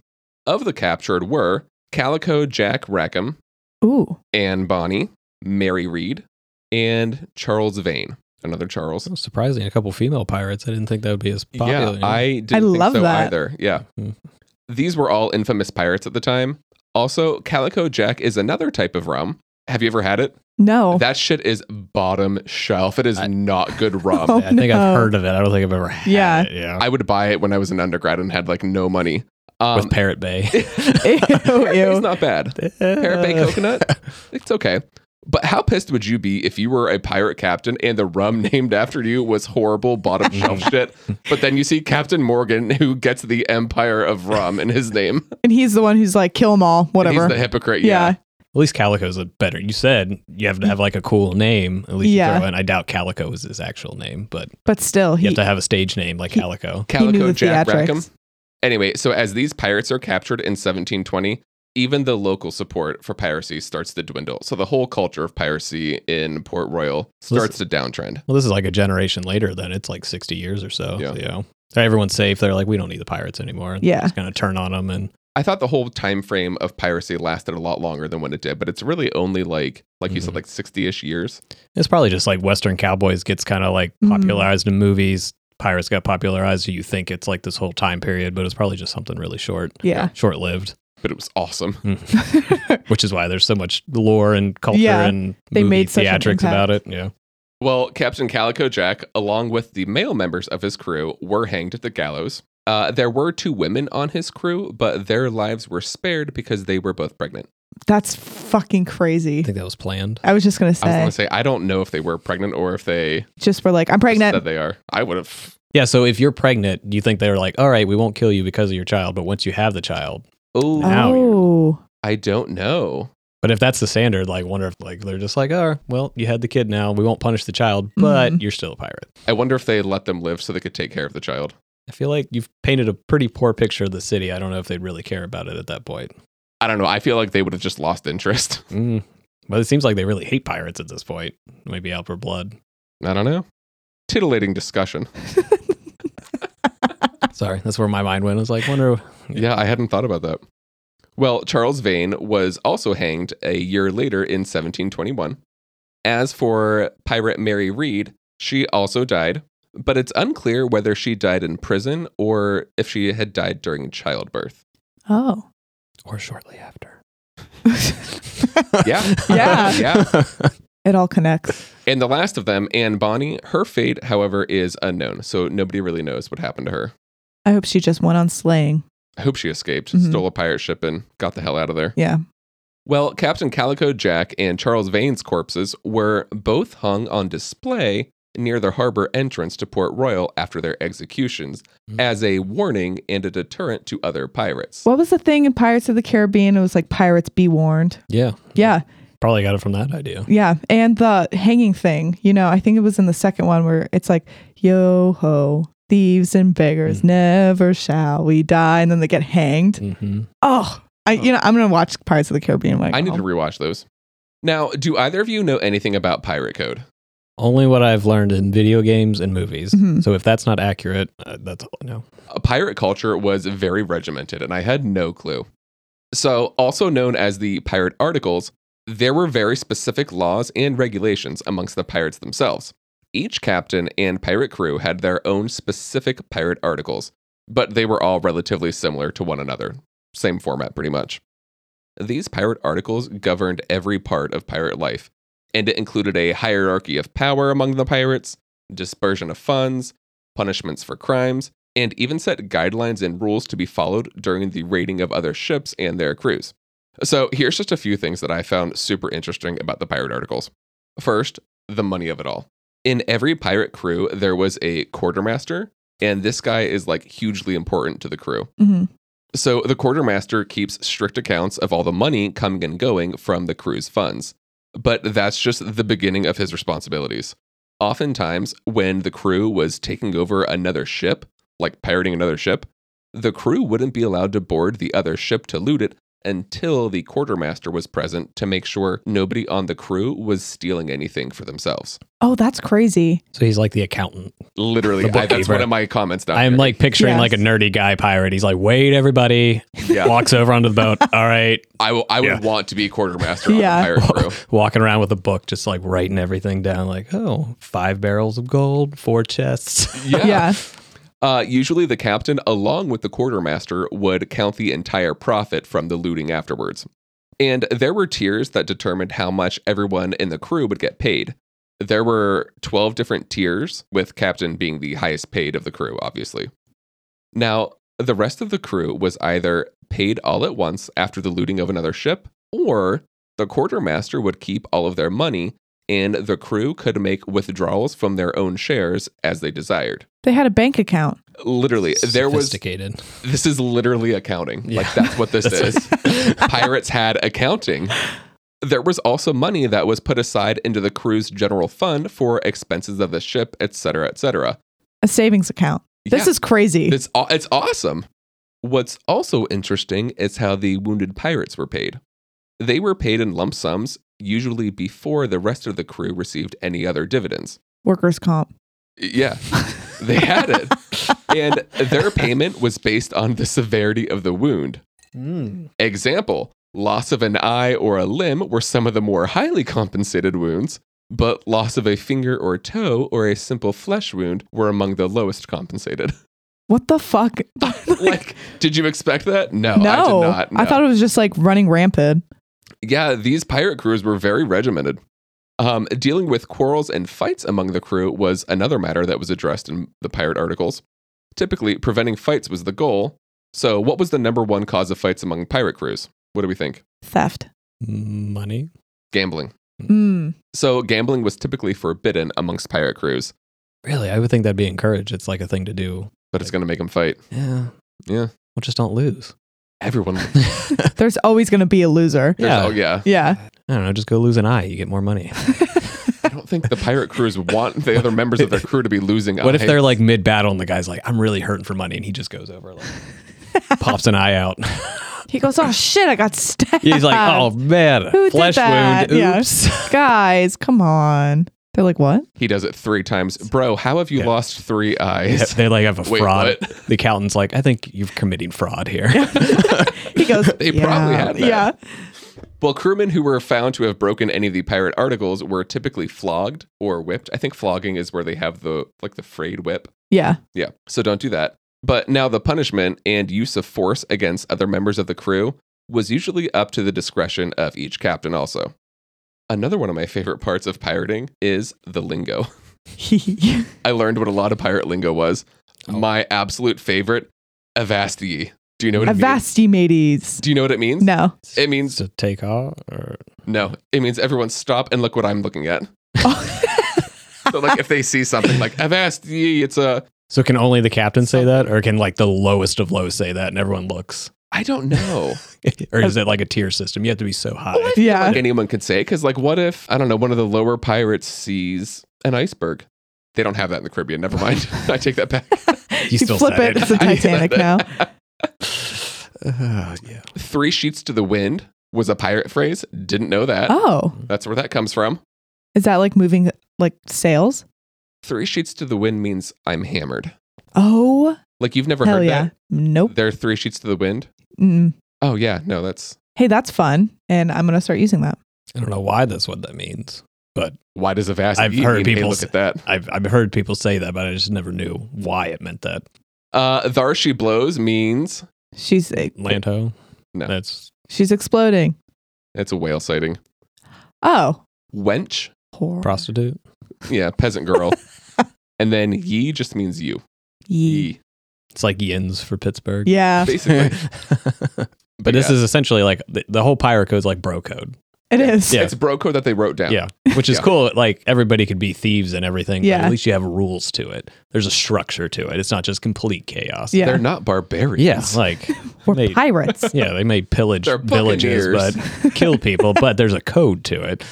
A: Of the captured were Calico Jack Rackham,
B: Ooh,
A: Anne Bonny, Mary Reed, and Charles Vane. Another Charles.
C: Oh, surprising, a couple female pirates. I didn't think that would be as popular.
A: Yeah, I didn't think
B: love
A: so
B: that.
A: either. Yeah.
C: Mhm.
A: These were all infamous pirates at the time. Also, Calico Jack is another type of rum. Have you ever had it?
B: no.
A: That shit is bottom shelf. It is
C: I-
A: not
B: [laughs]
A: good rum.
B: Oh,
C: I think
B: no.
C: I've heard of it. I don't think I've ever had
B: Yeah.
C: it. Yeah.
A: I would buy it when I was an undergrad and had like no money. Um,
C: With
B: [laughs]
C: Parrot Bay.
A: [laughs]
B: ew,
A: Parrot Bay's
B: Oh, ew.
A: not bad. Parrot
C: [laughs]
A: Bay coconut? It's okay. But how pissed would you be if you were a pirate captain and the rum [laughs] named after you was horrible bottom
B: [laughs]
A: shelf shit? But then you see Captain Morgan who gets the empire of rum in his name.
B: And he's the one who's like, kill them all, [laughs]
A: He's
B: whatever.
A: the hypocrite. Yeah.
B: yeah.
C: At least Calico's a better. You said you have to have like a cool name. At least
B: Yeah.
C: you throw in. I doubt Calico was his actual name, but
B: But still,
C: you
B: he.
C: have to have a stage name like
B: He-
C: Calico.
B: he knew
A: Calico
B: the
A: Jack
B: theatrics.
A: Rackham. Anyway, so as these pirates are captured in 1720, even the local support for piracy starts to dwindle. So the whole culture of piracy in Port Royal
C: So this-
A: starts to downtrend.
C: Well, this is like a generation later. Then it's like sixty years or so.
A: Yeah.
C: You know, everyone's safe. They're like, we don't need the pirates anymore. And
B: Yeah.
C: It's gonna turn on them, and
A: I thought the whole time frame of piracy lasted a lot longer than when it did, but it's really only like like you said
B: Mm-hmm.
C: Mhm.
A: like 60ish years.
C: it's probably just like Western cowboys gets kind of like
B: Mm.
C: popularized in movies. Pirates got popularized. You think it's like this whole time period, but it's probably just something really short,
B: yeah.
C: short lived.
A: But it was awesome.
C: Which is why there's so much lore and culture
B: Yeah.
C: and
B: They
C: movie
B: made such an
C: theatrics about it. Yeah.
A: Well, Captain Calico Jack, along with the male members of his crew, were hanged at the gallows. Uh, there were two women on his crew, but their lives were spared because they were both pregnant.
B: [laughs] That's fucking
C: I
B: crazy.
C: think that was planned.
B: I was just gonna
A: I was
B: say,
A: going to say, I don't know if they were pregnant or if they
B: just for like, I'm
A: said
B: pregnant.
A: they are. I would have.
C: Yeah. So if you're pregnant, do you think they're like, all right, we won't kill you because of your child, but once you have the child,
A: Oh,
C: Now you're-
B: Oh,
A: I don't know.
C: but if that's the standard, like, wonder if like they're just like, oh, well, you had the kid now, we won't punish the child, but
B: Mhm.
C: you're still a pirate.
A: I wonder if they let them live so they could take care of the child.
C: I feel like you've painted a pretty poor picture of the city. I don't know if they'd really care about it at that point.
A: I don't know. I feel like they would have just lost interest. [laughs]
C: Mm. But it seems like they really hate pirates at this point. Maybe out for blood.
A: I don't know. Titillating discussion.
C: [laughs] Sorry, that's where my mind went. I was like, wonder.
A: Yeah, I hadn't thought about that. Well, Charles Vane was also hanged a year later in 1721. As for pirate Mary Reed, she also died, but it's unclear whether she died in prison or if she had died during childbirth.
B: oh,
C: Or shortly after.
A: [laughs] Yeah.
B: Yeah.
A: Yeah.
B: [laughs] it all connects.
A: And the last of them, Anne Bonny, her fate, however, is unknown, so nobody really knows what happened to her.
B: I hope she just went on slaying.
A: I hope she escaped,
B: Mhm.
A: stole a pirate ship, and got the hell out of there.
B: Yeah.
A: Well, Captain Calico Jack and Charles Vane's corpses were both hung on display near the harbor entrance to Port Royal after their executions
C: Mm.
A: as a warning and a deterrent to other pirates.
B: What was the thing in Pirates of the Caribbean? It was like pirates be warned.
C: Yeah.
B: Yeah,
C: Probably got it from that idea.
B: yeah, and the hanging thing. You know, I think it was in the second one where it's like, yo ho, thieves and
A: Mm.
B: beggars, never shall we die, and then they get hanged.
C: Mm-hmm.
B: Oh, I you know I'm gonna watch Pirates of the Caribbean. Like,
A: I need to rewatch those. Now, do either of you know anything about pirate code?
C: Only what I've learned in video games and movies.
B: Mhm.
C: So if that's not accurate, uh, that's all I know.
A: Uh, Pirate culture was very regimented, and I had no clue. So, also known as the pirate articles, there were very specific laws and regulations amongst the pirates themselves. Each captain and pirate crew had their own specific pirate articles, but they were all relatively similar to one another. Same format, pretty much. These pirate articles governed every part of pirate life, and it included a hierarchy of power among the pirates, dispersion of funds, punishments for crimes, and even set guidelines and rules to be followed during the raiding of other ships and their crews. So, here's just a few things that I found super interesting about the pirate articles. First, the money of it all. In every pirate crew, there was a quartermaster, and this guy is like hugely important to the crew.
B: hmm
A: So the quartermaster keeps strict accounts of all the money coming and going from the crew's funds. But that's just the beginning of his responsibilities. Oftentimes, when the crew was taking over another ship, like pirating another ship, the crew wouldn't be allowed to board the other ship to loot it until the quartermaster was present to make sure nobody on the crew was stealing anything for themselves.
B: Oh, that's crazy.
C: So he's like the accountant.
A: Literally,
C: [laughs] The
A: I, that's
C: bookkeeper.
A: one of my comments down
C: I'm
A: here.
C: like picturing
B: Yes.
C: like a nerdy guy pirate. He's like, wait, everybody.
A: yeah,
C: Walks over onto
B: [laughs]
C: the boat. All right.
A: I, will- I would
C: Yeah.
A: want to be quartermaster on
B: Yeah.
A: a pirate
C: [laughs]
A: crew.
C: Walking around with a book, just like writing everything down. Like, oh, five barrels of gold, four chests.
B: Yeah.
A: Uh, usually, the captain, along with the quartermaster, would count the entire profit from the looting afterwards. And there were tiers that determined how much everyone in the crew would get paid. There were 12 different tiers, with captain being the highest paid of the crew, obviously. Now, the rest of the crew was either paid all at once after the looting of another ship, or the quartermaster would keep all of their money and the crew could make withdrawals from their own shares as they desired
B: They had a bank account.
A: literally there was
C: sophisticated.
A: this is literally accounting
C: Yeah.
A: like that's what
C: [laughs]
A: this
C: That's-
A: is pirates had accounting there was also money that was put aside into the crew's general fund for expenses of the ship etc etc
B: A savings account. This is crazy.
A: it's aw- it's awesome. What's also interesting is how the wounded pirates were paid. They were paid in lump sums, usually before the rest of the crew received any other dividends.
B: Workers' comp.
A: Yeah, they had it. and their payment was based on the severity of the wound.
C: Mm.
A: Example loss of an eye or a limb were some of the more highly compensated wounds, but loss of a finger or toe or a simple flesh wound were among the lowest compensated.
B: What the fuck? [laughs]
A: [laughs] like, did you expect that? No,
B: no,
A: I did not.
B: I
A: no.
B: thought it was just like running rampant.
A: yeah, these pirate crews were very regimented. Um, dealing with quarrels and fights among the crew was another matter that was addressed in the pirate articles. Typically, preventing fights was the goal. So, what was the number one cause of fights among pirate crews? What do we think?
B: Theft.
C: Money.
A: Gambling.
B: Mm.
A: So, gambling was typically forbidden amongst pirate crews,
C: Really? I would think that'd be encouraged. It's like a thing to do.
A: but it's going to make them fight.
C: Yeah.
A: Yeah.
C: Well, just don't
B: [laughs]
C: lose.
A: Everyone.
C: yeah.
B: There's always going to be a loser.
A: Yeah. Oh, yeah.
B: Yeah.
C: I don't know. Just go lose an eye. You get more [laughs] money.
A: I don't think the pirate crews want the other members of their crew to be losing. Oh,
C: What if
A: eyes.
C: they're like mid battle and the guy's like, I'm really hurting for money? And he just goes over, like,
B: [laughs]
C: pops an eye [laughs] out.
B: he goes, oh shit, I got stabbed.
C: He's like, oh man,
B: Who did
C: flesh
B: that?
C: wound.
B: Yeah.
C: Oops. [laughs]
B: guys, come on. They're like, what?
A: He does it three times. Bro, how have you
C: Yeah.
A: lost
C: [laughs]
A: three
C: Yeah,
A: eyes?
C: They like have a
A: Wait,
C: fraud.
A: what?
C: The accountant's like, I think you're committing fraud here. [laughs]
B: He goes,
A: They
B: yeah,
A: probably had that.
B: Yeah.
A: Well, crewmen who were found to have broken any of the pirate articles were typically flogged or whipped. I think flogging is where they have the like the frayed whip.
B: Yeah. [laughs]
A: Yeah. So don't do that. But now the punishment and use of force against other members of the crew was usually up to the discretion of each captain also. Another one of my favorite parts of pirating is the lingo. [laughs] I learned what a lot of pirate lingo was.
C: Oh.
A: My absolute favorite, avast ye. Do you know what it means?
B: Avasti mateys.
A: Do you know what it means?
C: [laughs]
B: No. [laughs]
A: It means
C: to take off or
A: No, it means everyone stop and look what I'm looking at. so like if they see something like I've asked ye, it's a
C: so can only the captain say that or can like the lowest of lows say that and everyone looks [laughs]
A: I don't
B: [laughs]
A: know.
C: or is it like a tier system you have to be so high
B: Yeah.
A: like anyone could say because like what if I don't know one of the lower pirates sees an iceberg? They don't have that in the Caribbean. Never
B: [laughs]
A: mind. [laughs] I take that back.
C: You still
B: flip it.
C: said [laughs] it.
B: It's the
A: I did
B: Titanic now.
A: that.
C: [sighs] Uh, yeah
A: Three sheets to the wind was a pirate phrase. Didn't know that.
B: Oh,
A: That's where that comes from.
B: is that like moving like sails?
A: Three sheets to the wind means I'm hammered.
B: Oh,
A: Like you've never
B: hell
A: heard
B: yeah.
A: that.
B: Nope.
A: There are three sheets to the wind.
B: Mm.
A: Oh yeah, no, that's
B: Hey, that's fun. And I'm going to start using that.
C: I don't know why that's what that means.
A: why does a vast
C: I've
A: ye mean?
C: heard
A: Hey,
C: people
A: look
C: say-
A: at that.
C: I've I've heard people say that, but I just never knew why it meant that.
A: Uh, thar she blows means
B: She's eh,
C: Lanto.
A: No.
C: that's
B: she's exploding.
A: it's a whale sighting.
B: Oh,
A: Wench,
B: poor
C: prostitute.
A: yeah, peasant
B: [laughs]
A: girl, and then ye just means you.
B: Yee.
C: It's like yins for
A: [laughs]
C: Pittsburgh.
B: Yeah, [laughs]
A: basically.
C: but this
A: yeah.
C: is essentially like the, the whole pirate code's like bro code.
B: it is.
C: Yeah.
A: It's bro code that they wrote down.
C: Yeah.
A: [laughs]
C: Which is
A: Yeah.
C: cool. Like everybody could be thieves and everything, but
B: Yeah.
C: at least you have rules to it. There's a structure to it. It's not just complete chaos.
B: Yeah.
A: They're not barbarians.
C: Yeah. Like
B: We're
C: Mate.
B: pirates. [laughs]
C: yeah, they may pillage
A: They're
C: villages
A: buccaneers.
C: but kill people, but there's a code to it.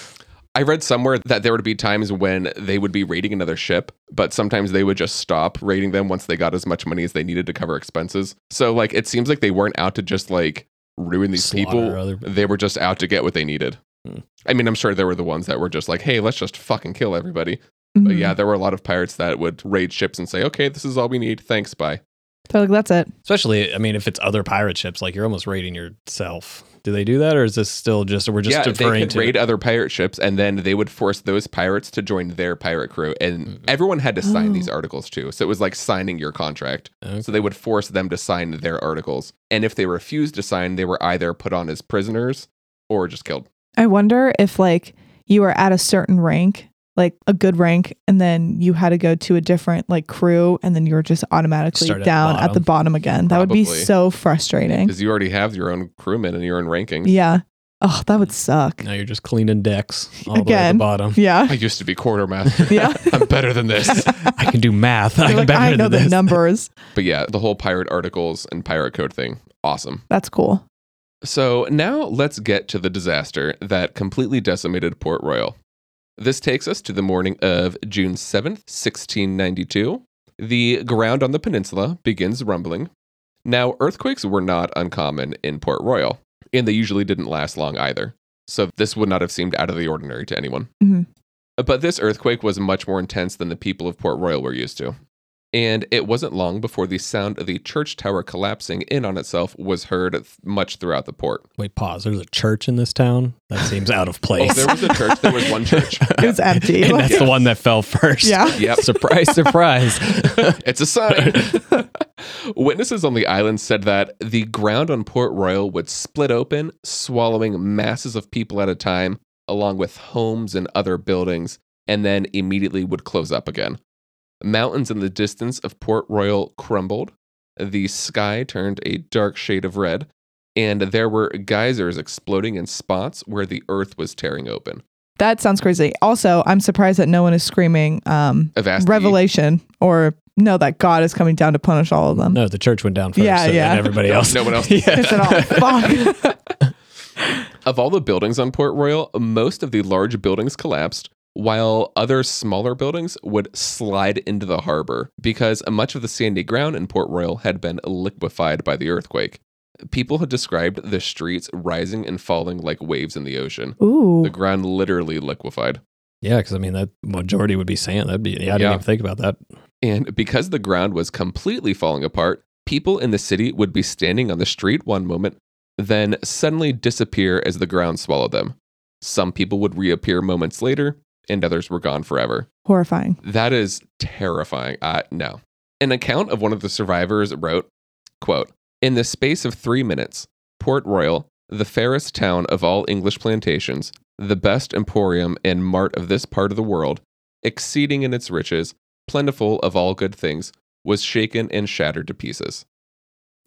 A: I read somewhere that there would be times when they would be raiding another ship, but sometimes they would just stop raiding them once they got as much money as they needed to cover expenses. So like it seems like they weren't out to just like ruin these
C: Slaughter
A: people.
C: other-
A: They were just out to get what they needed.
C: Hmm.
A: I mean, I'm sure there were the ones that were just like, "Hey, let's just fucking kill everybody." But
B: Mhm.
A: yeah, there were a lot of pirates that would raid ships and say, "Okay, this is all we need. Thanks, bye."
B: They're like, that's it.
C: Especially, I mean, if it's other pirate ships, like you're almost raiding yourself. Do they do that, or is this still just we're just
A: yeah, they
C: deferring
A: could
C: to?
A: raid other pirate ships, and then they would force those pirates to join their pirate crew, and
C: Mhm.
A: everyone had to sign
B: Oh.
A: these articles too. So it was like signing your contract.
C: Okay.
A: So they would force them to sign their articles, and if they refused to sign, they were either put on as prisoners or just killed.
B: I wonder if like you were at a certain rank, like a good rank, and then you had to go to a different like crew, and then you were just automatically
C: Start at
B: down at the
C: bottom.
B: bottom again. That would be
A: Probably.
B: so frustrating.
A: Because you already have your own crewmen and your own rankings.
B: Yeah. Oh, that would suck.
C: now you're just cleaning decks all the way at
B: Again.
C: the bottom.
B: Yeah.
A: I used to be quartermaster.
B: [laughs] Yeah.
A: [laughs] I'm better than this.
C: [laughs]
B: [laughs]
C: I can [laughs] do math. I'm
B: You're like,
C: better
B: I know
C: than
B: the
C: this.
B: numbers.
A: [laughs] But yeah, the whole pirate articles and pirate code thing, awesome.
B: That's
C: [laughs]
B: cool.
A: So now let's get to the disaster that completely decimated Port Royal. This takes us to the morning of June 7th, 1692. The ground on the peninsula begins rumbling. Now, earthquakes were not uncommon in Port Royal, and they usually didn't last long either. So this would not have seemed out of the ordinary to anyone.
B: Mhm.
A: But this earthquake was much more intense than the people of Port Royal were used to. And it wasn't long before the sound of the church tower collapsing in on itself was heard th- much throughout the port.
C: Wait, pause. There's a church in this town. That seems out of place.
A: Oh, there
C: [laughs]
A: was a church. There was one church.
B: It was empty.
C: and that's the one that fell first.
B: Yeah.
A: Yep.
C: Surprise, surprise.
A: [laughs] It's a sign. [laughs] Witnesses on the island said that the ground on Port Royal would split open, swallowing masses of people at a time, along with homes and other buildings, and then immediately would close up again. Mountains in the distance of Port Royal crumbled, the sky turned a dark shade of red, and there were geysers exploding in spots where the earth was tearing open.
B: That sounds crazy. Also, I'm surprised that no one is screaming um
A: Avast
B: revelation or no that God is coming down to punish all of them.
C: No, the church went down first.
B: Yeah,
C: and
B: yeah.
C: then everybody
A: No-
C: else.
A: no one
C: [laughs]
A: else.
B: It's
A: [laughs]
B: an all fuck.
A: Of all the buildings on Port Royal, most of the large buildings collapsed, while other smaller buildings would slide into the harbor because much of the sandy ground in Port Royal had been liquefied by the earthquake. People had described the streets rising and falling like waves in the ocean.
B: Ooh.
A: The ground literally liquefied.
C: Yeah, because I mean that majority would be sand. That'd be. Yeah, I didn't
A: Yeah.
C: even think about that.
A: And because the ground was completely falling apart, people in the city would be standing on the street one moment, then suddenly disappear as the ground swallowed them. Some people would reappear moments later, and others were gone forever.
B: horrifying. [laughs]
A: That is terrifying. Uh, no. An account of one of the survivors wrote, quote, In the space of three minutes, Port Royal, the fairest town of all English plantations, the best emporium and mart of this part of the world, exceeding in its riches, plentiful of all good things, was shaken and shattered to pieces.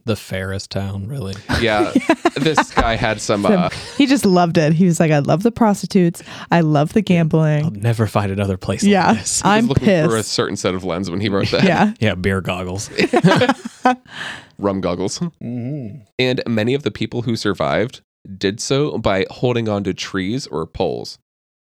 C: The fairest town, really.
B: [laughs]
A: Yeah, this guy had some.
B: Some-
A: Uh,
B: he just loved it. He was like, I love the prostitutes. I love the
C: I'll
B: gambling.
C: never find another place
B: Yeah.
C: like this.
A: he was
B: I'm
A: looking for a
B: pissed.
A: certain set of lens when he wrote that.
B: Yeah.
C: yeah, beer [laughs] goggles.
A: [laughs] Rum goggles.
C: Mm-hmm.
A: And many of the people who survived did so by holding on to trees or poles.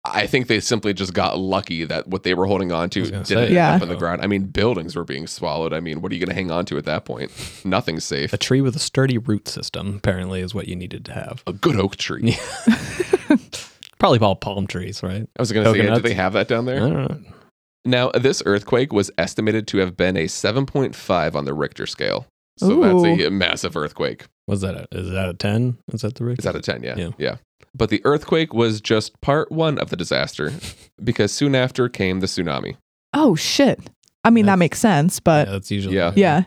A: I think they simply just got lucky that what they were holding on to
C: was gonna
A: didn't
C: say.
A: end
B: Yeah.
A: up on the ground. I mean, buildings were being swallowed. I mean, what are you going to hang on to at that point? Nothing's safe.
C: A tree with a sturdy root system, apparently, is what you needed to have.
A: A good oak tree.
C: Yeah. Probably all palm trees, right?
A: I was going to say, yeah, do
C: Coconuts.
A: they have that down
C: I
A: there?
C: don't know.
A: Now, this earthquake was estimated to have been a 7.5 on the Richter scale. So that's a massive earthquake.
C: Was that a, is that a ten? Is that the rig?
A: It's out of 10, yeah.
C: Yeah.
A: But the earthquake was just part one of the disaster because soon after came the tsunami.
B: [laughs] Oh shit. I mean, that
C: That's-
B: makes sense, but
C: yeah, that's usually
A: Yeah.
B: yeah.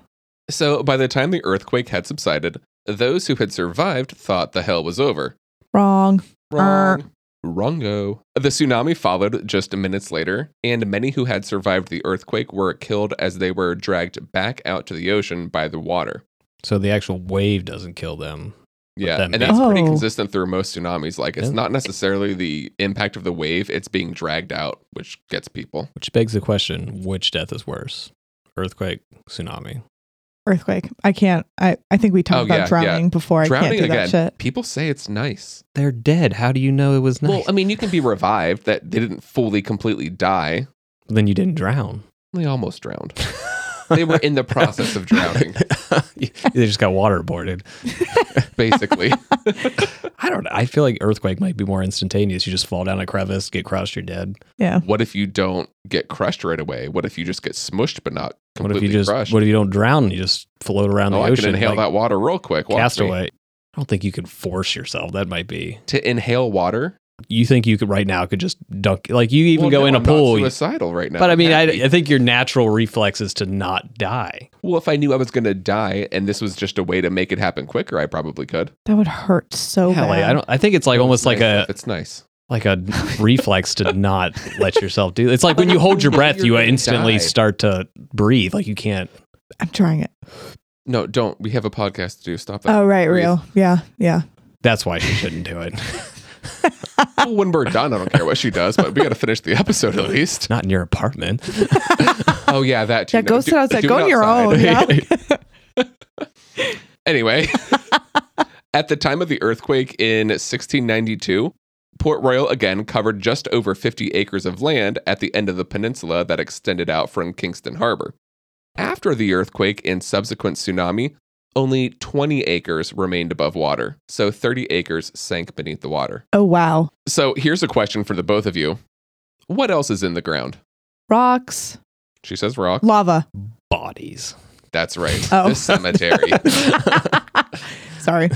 A: So by the time the earthquake had subsided, those who had survived thought the hell was over.
B: Wrong.
A: Wrong. Wrongo. The tsunami followed just minutes later, and many who had survived the earthquake were killed as they were dragged back out to the ocean by the water.
C: So the actual wave doesn't kill them.
A: Yeah,
C: that
A: and that's
B: means-
A: pretty
B: Oh.
A: consistent through most tsunamis. Like, it's
C: Yeah.
A: not necessarily the impact of the wave, it's being dragged out, which gets people.
C: Which begs the question: Which death is worse, earthquake, tsunami?
B: Earthquake. I can't. I, I think we talked
A: Oh,
B: about
A: yeah,
B: drowning before. I can't
A: Drowning
B: do
A: again.
B: that shit.
A: People say it's nice.
C: They're dead. How do you know it was nice?
A: Well, I mean, you can be revived, that they didn't fully, completely die.
C: then you didn't drown.
A: They almost drowned. They
C: [laughs]
A: were in the process of drowning,
C: they just got waterboarded. [laughs]
A: basically.
C: I don't know. I feel like earthquake might be more instantaneous. You just fall down a crevice, get crushed, you're dead.
B: Yeah.
A: what if you don't get crushed right away? What if you just get smushed but not
C: What if
A: completely
C: you just
A: crushed?
C: what if you don't drown and you just float around
A: oh,
C: the
A: I
C: ocean?
A: can inhale
C: like
A: that water real quick. Watch me.
C: castaway. I don't think you could force yourself. That might be.
A: To inhale water,
C: You think you could right now could just dunk like you even
A: Well,
C: go
A: no,
C: in a
A: I'm not
C: pool. you-
A: suicidal right now.
C: but I mean, I,
A: Happy.
C: I think your natural reflex is to not die.
A: Well, if I knew I was going to die and this was just a way to make it happen quicker, I probably could.
B: That would hurt so
C: Hell,
B: bad.
C: like, I don't. I think it's like
A: Well,
C: almost
A: it's
C: like
A: nice
C: a
A: if It's nice.
C: like
A: [laughs]
C: a reflex to not let yourself do. It's like when you hold your
A: You're
C: breath, you
A: gonna
C: instantly
A: die.
C: start to breathe. Like you can't.
B: I'm trying it.
A: No, don't. We have a podcast to do. Stop that.
B: Oh, right.
A: breathe.
B: Real. Yeah. Yeah.
C: That's why she shouldn't do it.
A: [laughs]
C: [laughs]
A: Well, when we're done, I don't care what she does, but we got to finish the episode at
B: [laughs]
A: least.
C: Not in your apartment.
A: Oh yeah, that too.
B: Yeah.
A: No,
B: Go
A: do-
B: sit outside.
A: do
B: Go
A: it
B: on your own.
A: outside.
B: Yeah.
A: Anyway, [laughs] at the time of the earthquake in 1692, Port Royal again covered just over 50 acres of land at the end of the peninsula that extended out from Kingston Harbor. After the earthquake and subsequent tsunami, only 20 acres remained above water, so 30 acres sank beneath the water.
B: Oh wow.
A: So here's a question for the both of you What else is in the ground?
B: Rocks.
A: She says rock.
B: Lava.
C: [laughs] [laughs] Bodies.
A: That's right.
B: Oh.
A: The
C: [laughs]
A: cemetery. [laughs]
B: Sorry.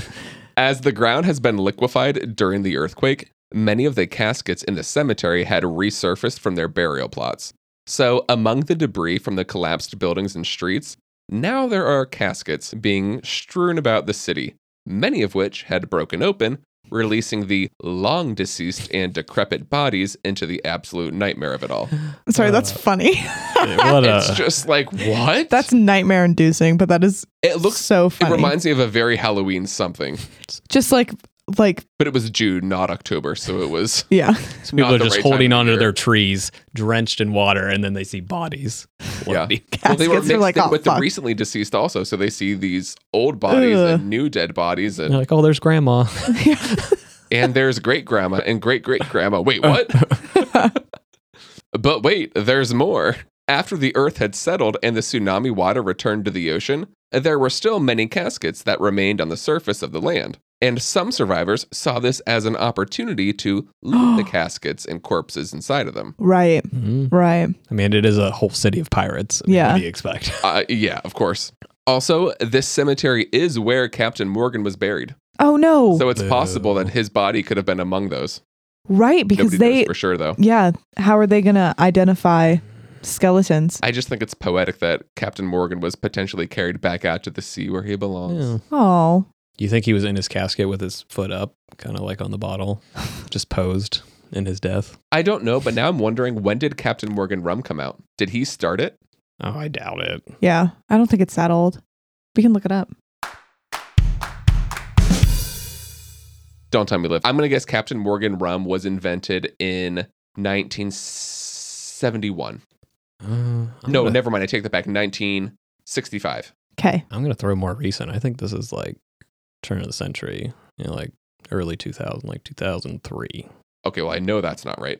A: As the ground has been liquefied during the earthquake, many of the caskets in the cemetery had resurfaced from their burial plots. So, among the debris from the collapsed buildings and streets, now there are caskets being strewn about the city, many of which had broken open, releasing the long deceased and decrepit bodies into the absolute nightmare of it all.
B: Sorry. That's
C: Uh,
B: funny. [laughs]
C: What a-
A: It's just like, what?
B: uh, That's nightmare inducing, but that is
A: it
B: looks
A: looks
B: so funny.
A: it reminds me of a very Halloween something,
B: Just like like
A: but it was June, not October, so it was
B: yeah.
A: not
C: people are
A: the
C: just
A: right time
C: holding
A: of
C: onto
A: year.
C: their trees, drenched in water, and then they see bodies.
A: [laughs] Yeah.
B: Caskets
A: well, they were mixed
B: are like
A: in
B: oh
A: with
B: fuck. [laughs]
A: the recently deceased also, so they see these old bodies
B: Ugh.
A: and new dead bodies,
C: [laughs] And
A: and,
C: they're like, oh, there's grandma.
A: and there's great grandma and great great grandma. Wait,
C: [laughs]
A: what? but wait, there's more. After the earth had settled and the tsunami water returned to the ocean, there were still many caskets that remained on the surface of the land. And some survivors saw this as an opportunity to loot the
C: [gasps]
A: caskets and corpses inside of them.
B: right.
C: Mhm.
B: Right.
C: I mean, it is a whole city of pirates. I mean,
B: Yeah.
C: What do you expect? [laughs]
A: Uh, yeah, of course. Also, this cemetery is where Captain Morgan was buried.
B: Oh no.
A: So it's
C: Boo.
A: possible that his body could have been among those.
B: right. Because
A: Nobody
B: they
A: knows for sure, though.
B: yeah. How are they gonna identify skeletons?
A: I just think it's poetic that Captain Morgan was potentially carried back out to the sea where he belongs.
C: Yeah.
B: Oh.
C: You think he was in his casket with his foot up, kind of like on the [laughs] bottle, just posed in his death?
A: I don't know, but now I'm wondering when did Captain Morgan rum come out? Did he start it?
C: Oh, I doubt it.
B: Yeah. I don't think it's that old. We can look it up.
A: Don't tell me live. I'm gonna guess Captain Morgan rum was invented in 1971.
C: Uh, I'm
A: no,
C: gonna-
A: never mind. I take that back. 1965.
B: Okay.
C: I'm gonna throw more recent. I think this is like turn of the century, you know, like early 2000, like 2003.
A: Okay, well I know that's not right.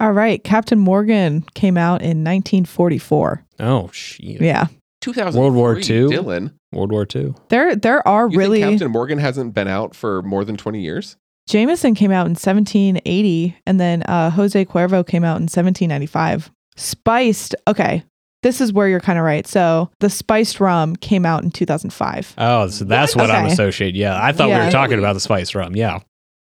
B: All right. Captain Morgan came out in 1944.
C: Oh shit.
B: Yeah.
A: 2000
C: World War Two?
A: Dylan.
C: World War II.
B: There there are
A: You
B: really
A: think Captain Morgan hasn't been out for more than 20 years?
B: Jameson came out in 1780, and then uh, Jose Cuervo came out in 1795. Spiced, okay, this is where you're kind of right. So the spiced rum came out in 2005.
C: Oh, so that's
A: What?
C: what, I'm
B: Okay.
C: associated. Yeah, I thought we
B: Yeah.
C: were talking about the spice rum. Yeah.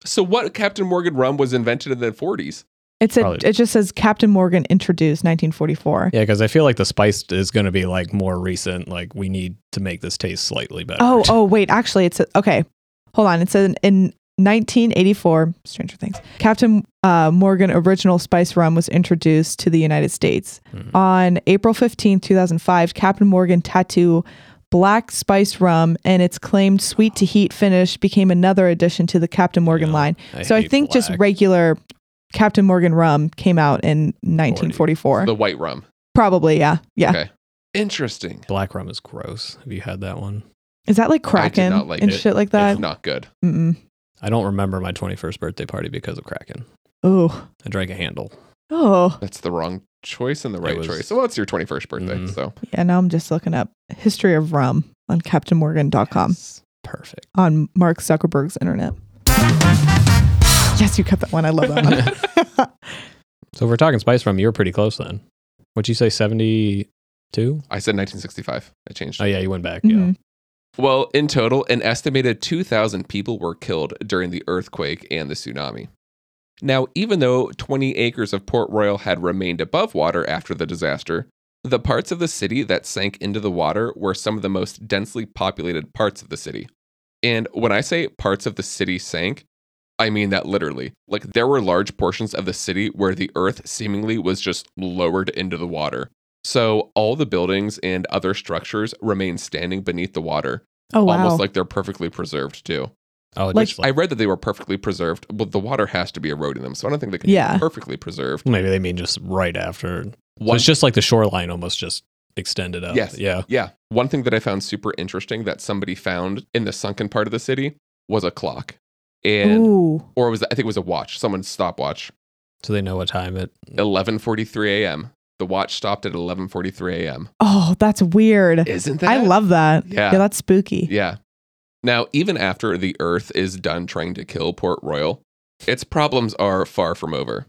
A: So what Captain Morgan rum was invented in the 40s?
B: It's a,
C: Probably-
B: it just says Captain Morgan introduced 1944.
C: Yeah, because I feel like the spice is going to be like more recent. Like we need to make this taste slightly better.
B: Oh,
C: [laughs]
B: oh, wait, actually, it's a, okay. Hold on, it's in, in 1984. Stranger Things. Captain uh, Morgan original spiced rum was introduced to the United States.
C: Mhm.
B: on April 15, 2005, Captain Morgan tattoo black spiced rum and its claimed sweet to heat finish became another addition to the Captain Morgan
C: Yeah,
B: line. so I
C: hate
B: think just
C: black.
B: regular Captain Morgan rum came out in 1944.
A: The white rum.
B: Probably, yeah. Yeah.
A: Okay. Interesting.
C: black rum is gross. Have you had that one?
B: Is that
A: I
B: like
A: did
B: Kraken
A: not like
B: and
A: it.
B: shit like
A: It's
B: that?
A: not good.
B: Mm-mm.
C: I don't remember my 21st birthday party because of Kraken.
B: Oh.
C: I drank a handle.
B: Oh.
A: That's the wrong choice and the
C: It
A: right
C: was-
A: choice. Well, it's your 21st birthday,
C: Mhm.
A: so
B: Yeah, now I'm just looking up history of rum on captainmorgan.com
C: Yes. Perfect.
B: on Mark Zuckerberg's internet. Yes, you kept that one. I love that
A: [laughs]
B: one. [laughs]
C: So if we're talking spice rum, you're pretty close then. What'd you say, 72?
A: I said 1965. I changed.
C: Oh, yeah, you went back.
B: Mhm.
C: Yeah.
A: Well, in total, an estimated 2,000 people were killed during the earthquake and the tsunami. Now, even though 20 acres of Port Royal had remained above water after the disaster, the parts of the city that sank into the water were some of the most densely populated parts of the city. And when I say parts of the city sank, I mean that literally. Like, there were large portions of the city where the earth seemingly was just lowered into the water. So, all the buildings and other structures remained standing beneath the water,
B: Oh wow!
A: almost like they're perfectly preserved too.
C: Oh,
B: Like-
C: just
A: I read that they were perfectly preserved, but the water has to be eroding them, so I don't think they can
B: Yeah.
A: be perfectly preserved.
C: maybe they mean just right after. So
A: One,
C: it's just like the shoreline almost just extended up.
A: Yes.
C: Yeah.
A: yeah, one thing that I found super interesting that somebody found in the sunken part of the city was a clock, and
B: Ooh,
A: or was I think it was a watch, someone's stopwatch.
C: So they know what time it.
A: Eleven forty three a.m. The watch stopped at eleven forty three a.m.
B: oh, that's weird.
A: Isn't that?
B: I love that.
A: Yeah.
B: yeah, that's spooky.
A: Yeah. Now, even after the Earth is done trying to kill Port Royal, its problems are far from over.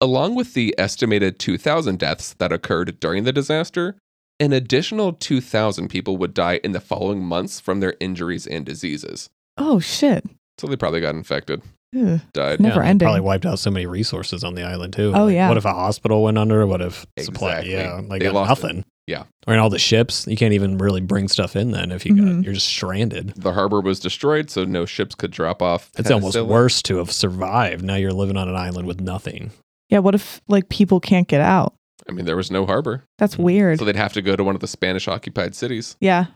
A: Along with the estimated 2,000 deaths that occurred during the disaster, an additional 2,000 people would die in the following months from their injuries and diseases.
B: Oh shit!
A: So they probably got infected,
B: Ugh.
A: died.
B: Never
C: yeah, they
B: ending.
C: Probably wiped out so many resources on the island too.
B: Oh, yeah.
C: What if a hospital went under? What if supply?
A: Exactly.
C: Yeah, like
A: They
C: got
A: lost it.
C: nothing.
A: Yeah.
C: Or in all the ships, you can't even really bring stuff in. Then if you
B: Mhm.
C: got, you're just stranded.
A: The harbor was destroyed, so no ships could drop off.
C: It's almost
A: penicillin.
C: worse to have survived. Now you're living on an island with nothing.
B: Yeah. What if like people can't get out?
A: I mean, there was no harbor,
B: That's
C: Mhm.
B: weird.
A: Mm. so they'd have to go to one of the Spanish occupied cities.
B: yeah.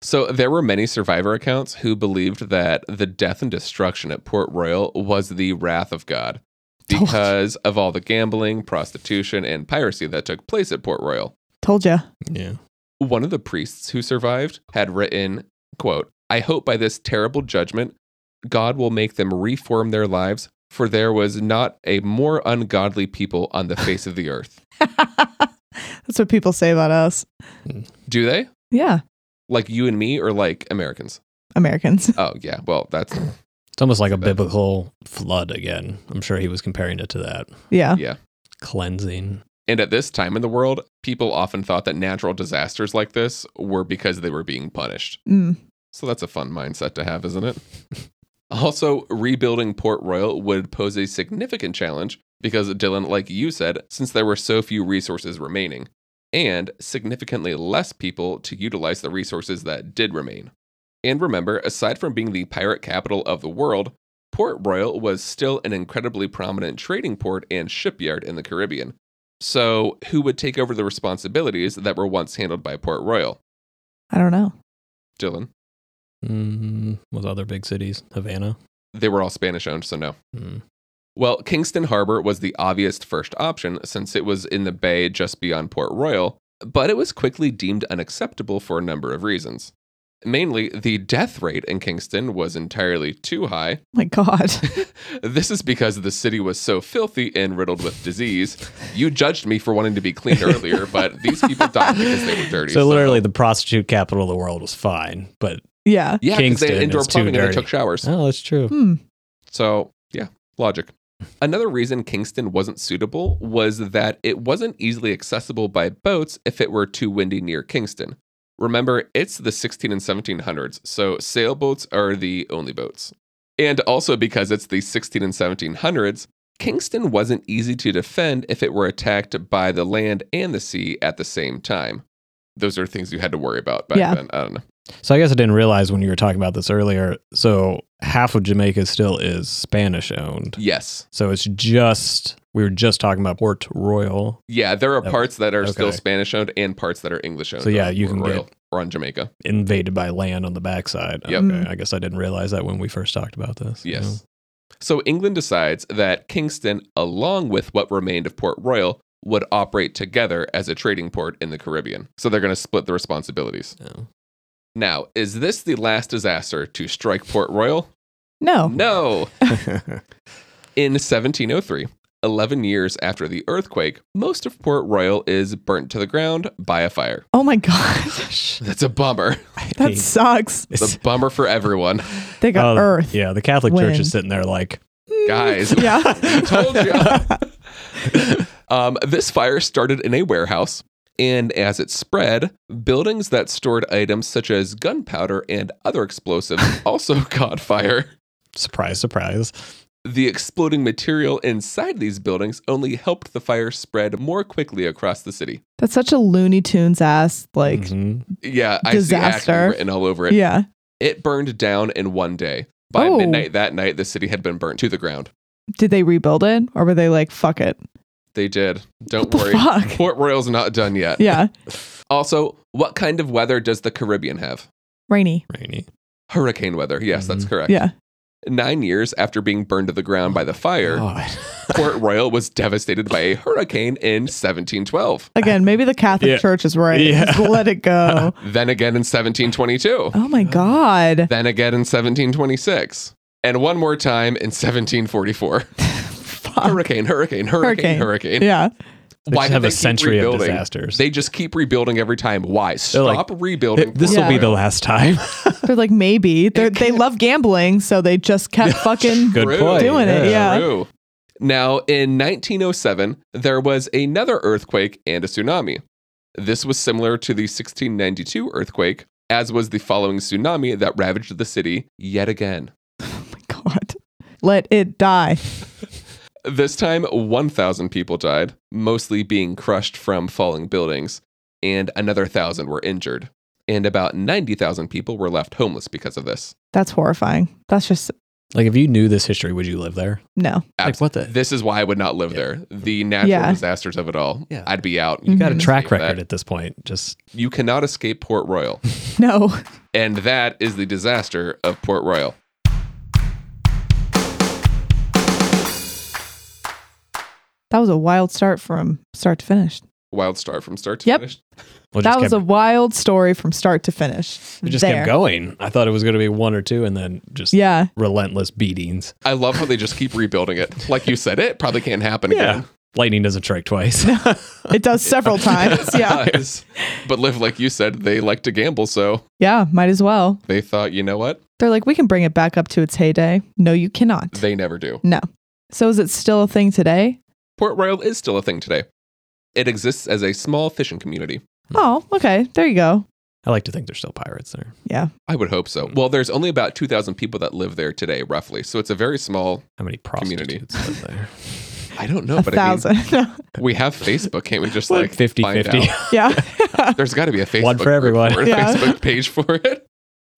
A: So there were many survivor accounts who believed that the death and destruction at Port Royal was the wrath of God because of all the gambling, prostitution, and piracy that took place at Port Royal.
B: Told you.
C: Yeah.
A: One of the priests who survived had written, quote, "I hope by this terrible judgment God will make them reform their lives, for there was not a more ungodly people on the face of the earth."
B: [laughs] that's what people say about us.
A: Do they?
B: Yeah,
A: Like you and me or like Americans?
B: Americans. [laughs]
A: Oh, yeah. Well, that's
C: It's almost like a
A: But-
C: biblical flood again. I'm sure he was comparing it to that
B: Yeah.
A: yeah.
C: cleansing.
A: And at this time in the world, people often thought that natural disasters like this were because they were being punished.
B: Mm.
A: So that's a fun mindset to have, isn't it? [laughs] also, rebuilding Port Royal would pose a significant challenge because, Dylan, like you said, since there were so few resources remaining, and significantly less people to utilize the resources that did remain. And remember, aside from being the pirate capital of the world, Port Royal was still an incredibly prominent trading port and shipyard in the Caribbean. So, who would take over the responsibilities that were once handled by Port Royal?
B: I don't know. Oh
A: Dylan,
C: Mm, with other big cities, Havana.
A: they were all Spanish owned, so no.
C: Mm.
A: Well, Kingston Harbor was the obvious first option since it was in the bay just beyond Port Royal, but it was quickly deemed unacceptable for a number of reasons. Mainly, the death rate in Kingston was entirely too high.
B: My God. [laughs]
A: This is because the city was so filthy and riddled with disease. You judged me for wanting to be clean earlier, but these people died because
C: [laughs]
A: they were dirty.
C: So literally, the prostitute capital of the world was fine, but
B: Yeah.
A: yeah, because they
C: Kingston
A: had indoor
C: is too
A: plumbing and they
C: dirty.
A: took showers.
C: oh, that's true.
B: Hmm.
A: So, yeah, logic. Another reason Kingston wasn't suitable was that it wasn't easily accessible by boats if it were too windy near Kingston. Remember, it's the 16 and 1700s, so sailboats are the only boats. And also because it's the 16 and 1700s, Kingston wasn't easy to defend if it were attacked by the land and the sea at the same time. Those are things you had to worry about back
B: Yeah.
A: then. I don't know.
C: So I guess I didn't realize when you were talking about this earlier. So half of Jamaica still is Spanish owned.
A: Yes.
C: So it's just we were just talking about Port Royal.
A: Yeah, there are
C: That-
A: parts that are still
C: okay.
A: Spanish owned and parts that are English owned.
C: So, yeah,
A: or-
C: you
A: or
C: can get-
A: Royal or on Jamaica.
C: invaded by land on the backside.
A: Yep.
C: Okay, I guess I didn't realize that when we first talked about this.
A: Yes. So England decides that Kingston, along with what remained of Port Royal, would operate together as a trading port in the Caribbean. So they're going to split the responsibilities.
C: Yeah. Yeah.
A: Now, is this the last disaster to strike Port Royal?
C: Oh.
B: No.
A: No. In 1703, 11 years after the earthquake, most of Port Royal is burnt to the ground by a fire.
B: Oh my God. [laughs]
A: That's a bummer.
B: That sucks.
C: [laughs]
A: It's a bummer for everyone.
B: They got
C: Oh,
B: Earth.
C: Yeah, the Catholic Church
B: Wind.
C: is sitting there like,
A: Guys,
B: [laughs]
C: [laughs]
B: Yeah.
A: Told you. um, this fire started in a warehouse, and as it spread, buildings that stored items such as gunpowder and other explosives
B: [laughs]
A: also [laughs] caught fire.
C: surprise, surprise.
A: The exploding material inside these buildings only helped the fire spread more quickly across the city.
B: That's such a Looney Tunes ass. Like,
C: Mhm.
A: Yeah, I see
B: Disaster.
A: acne written all over it.
B: yeah.
A: It burned down in one day. By
B: Oh.
A: midnight that night, the city had been burnt to the ground.
B: Did they rebuild it or were they like, fuck it?
A: They did.
B: What
A: Don't
B: the
A: worry.
B: fuck?
A: Port Royal's not done yet.
B: Yeah.
A: Also, what kind of weather does the Caribbean have?
B: Rainy.
C: [laughs] rainy.
A: Hurricane weather. Yes, that's
C: Mhm.
A: correct.
B: Yeah.
A: Nine years after being burned to the ground by the fire,
C: God.
A: Port Royal was devastated by a hurricane in 1712.
B: Again, maybe the Catholic
C: Yeah.
B: Church is right.
C: Yeah.
B: Just let it
C: [laughs]
B: go.
A: Then again in 1722.
B: Oh my God.
A: Then again in 1726. And one more time in
C: [laughs]
A: 1744.
B: Fuck.
A: Hurricane, hurricane, hurricane,
B: Hurricane.
A: hurricane.
B: Yeah.
C: They
A: Why
C: just
A: do
C: have
A: they
C: a
A: keep
C: century of
A: rebuilding?
C: disasters.
A: They just keep rebuilding every time. Why? Stop rebuilding.
C: this will
A: Port
C: be the
A: Royal.
C: last time. [laughs]
B: They're like, maybe. They're, they love gambling. So they just
C: [laughs]
B: kept fucking
C: Good
A: True.
C: point.
B: Doing it, yeah.
A: True. Now, in 1907, there was another earthquake and a tsunami. This was similar to the 1692 earthquake, as was the following tsunami that ravaged the city yet again.
B: Oh my [laughs] God. Let it die.
A: This time, 1,000 people died, mostly being crushed from falling buildings, and another 1,000 were injured. And about 90,000 people were left homeless because of this.
B: That's horrifying. That's just
C: Like, if you knew this history, would you live there?
B: no.
C: Like, what the?
A: This is why I would not live
C: Yeah.
A: there. The natural
B: Yeah.
A: disasters of it all.
C: Yeah.
A: I'd be out.
B: You
C: You got a
A: can't
B: Mhm.
C: track
A: escape that.
C: record at this point. Just
A: You cannot escape Port
B: [laughs]
A: Royal.
B: No.
A: And that is the disaster of Port Royal.
B: That was a wild start from start to finish.
A: Wild start from start to
B: Yep.
A: finish.
C: well,
B: that
C: just
B: was
C: kept,
B: a wild story from start to finish.
C: it just
B: There.
C: kept going. I thought it was going to be one or two, and then just
B: Yeah.
C: relentless beatings.
A: I love how they just keep rebuilding it. Like you said, it probably can't happen
C: Yeah.
A: again.
C: Lightning doesn't strike twice. [laughs]
B: It does several times.
A: [laughs]
B: Yeah.
A: Guys. but live like you said, they like to gamble, so
B: Yeah. Might as well.
A: they thought, you know what?
B: They're like, we can bring it back up to its heyday. No, you cannot.
A: They never do.
B: So is it still a thing today?
A: Port Royal is still a thing today. It exists as a small fishing community.
C: Hmm.
B: Oh, okay. There you go.
C: I like to think there's still pirates there.
B: Yeah.
A: I would hope so. Well, there's only about 2,000 people that live there today, roughly. So it's a very small,
C: How many
A: Community.
C: prostitutes live
A: [laughs]
C: there?
A: I don't know,
B: a
A: but I mean,
B: thousand. [laughs]
A: we have Facebook. Can't we just like,
C: Like 50
A: find
C: 50.
A: out?
C: [laughs]
B: yeah.
A: There's got to be a Facebook
C: One for everyone. [laughs]
A: group for it,
B: Yeah.
A: Facebook page for it.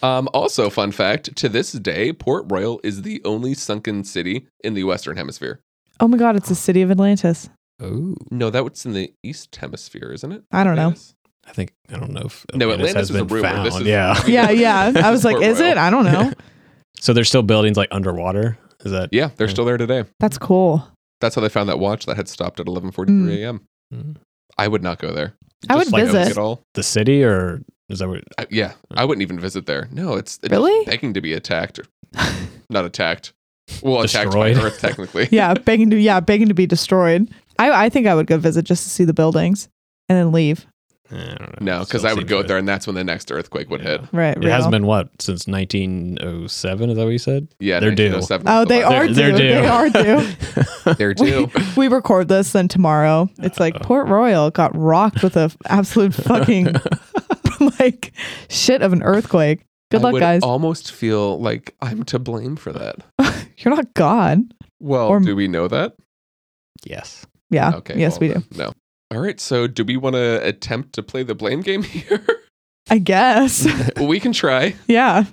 A: Um, also, fun fact: to this day, Port Royal is the only sunken city in the Western Hemisphere.
B: Oh my God. It's the city of Atlantis.
C: Oh,
A: No, that was in the East Hemisphere, isn't it?
B: I don't know.
A: Atlantis?
C: I think, I don't know if
A: No, Atlantis
C: has
A: is a
C: been
A: rumor.
C: found.
A: This is-
C: [laughs] yeah.
B: Yeah.
C: [laughs]
B: Yeah. I was like,
A: Port
B: is
A: Royal.
B: it? I don't know.
C: So there's still buildings like underwater. Is that?
A: Yeah, they're still there today.
B: That's cool.
A: That's how they found that watch that had stopped at 11:43
B: Mm.
A: a.m.
C: Mm.
A: I would not go there.
B: I
A: Just
B: would
A: like, look
B: visit.
A: at all.
C: The city or Is that what?
A: I, yeah, I wouldn't even visit there. No, it's, it's
B: Really?
A: begging to be
B: [laughs]
A: attacked. Or, not attacked. Well, attacked by
C: Destroyed.
A: Earth, technically.
B: [laughs] yeah, begging to yeah, begging to be destroyed. I I think I would go visit just to see the buildings and then leave.
C: eh, I don't know.
A: No, because
C: Still
A: I would
C: seems
A: go
C: good.
A: there, and that's when the next earthquake would hit.
B: Right.
C: It has
B: real.
C: been what since 1907? Is that what you said?
A: Yeah,
C: They're due.
A: 1907
B: Oh,
A: was the
B: they
A: last-
B: are due.
C: They're- they're
B: They
C: due.
B: are due.
C: [laughs]
A: They're
B: [laughs] we,
A: due.
B: we record this then tomorrow. It's like Port Royal got rocked with a
A: [laughs]
B: absolute fucking [laughs] like shit of an earthquake. Good
A: I
B: luck,
A: would
B: guys.
A: Almost feel like I'm to blame for that.
B: You're not God.
A: Well,
B: Or-
A: do we know that?
C: yes.
B: Yeah.
A: Okay.
B: yes,
A: well
B: we do.
A: then, No. All right. So, do we want to attempt to play the blame game [laughs] here? [laughs]
B: I guess.
A: well, we can try.
B: yeah.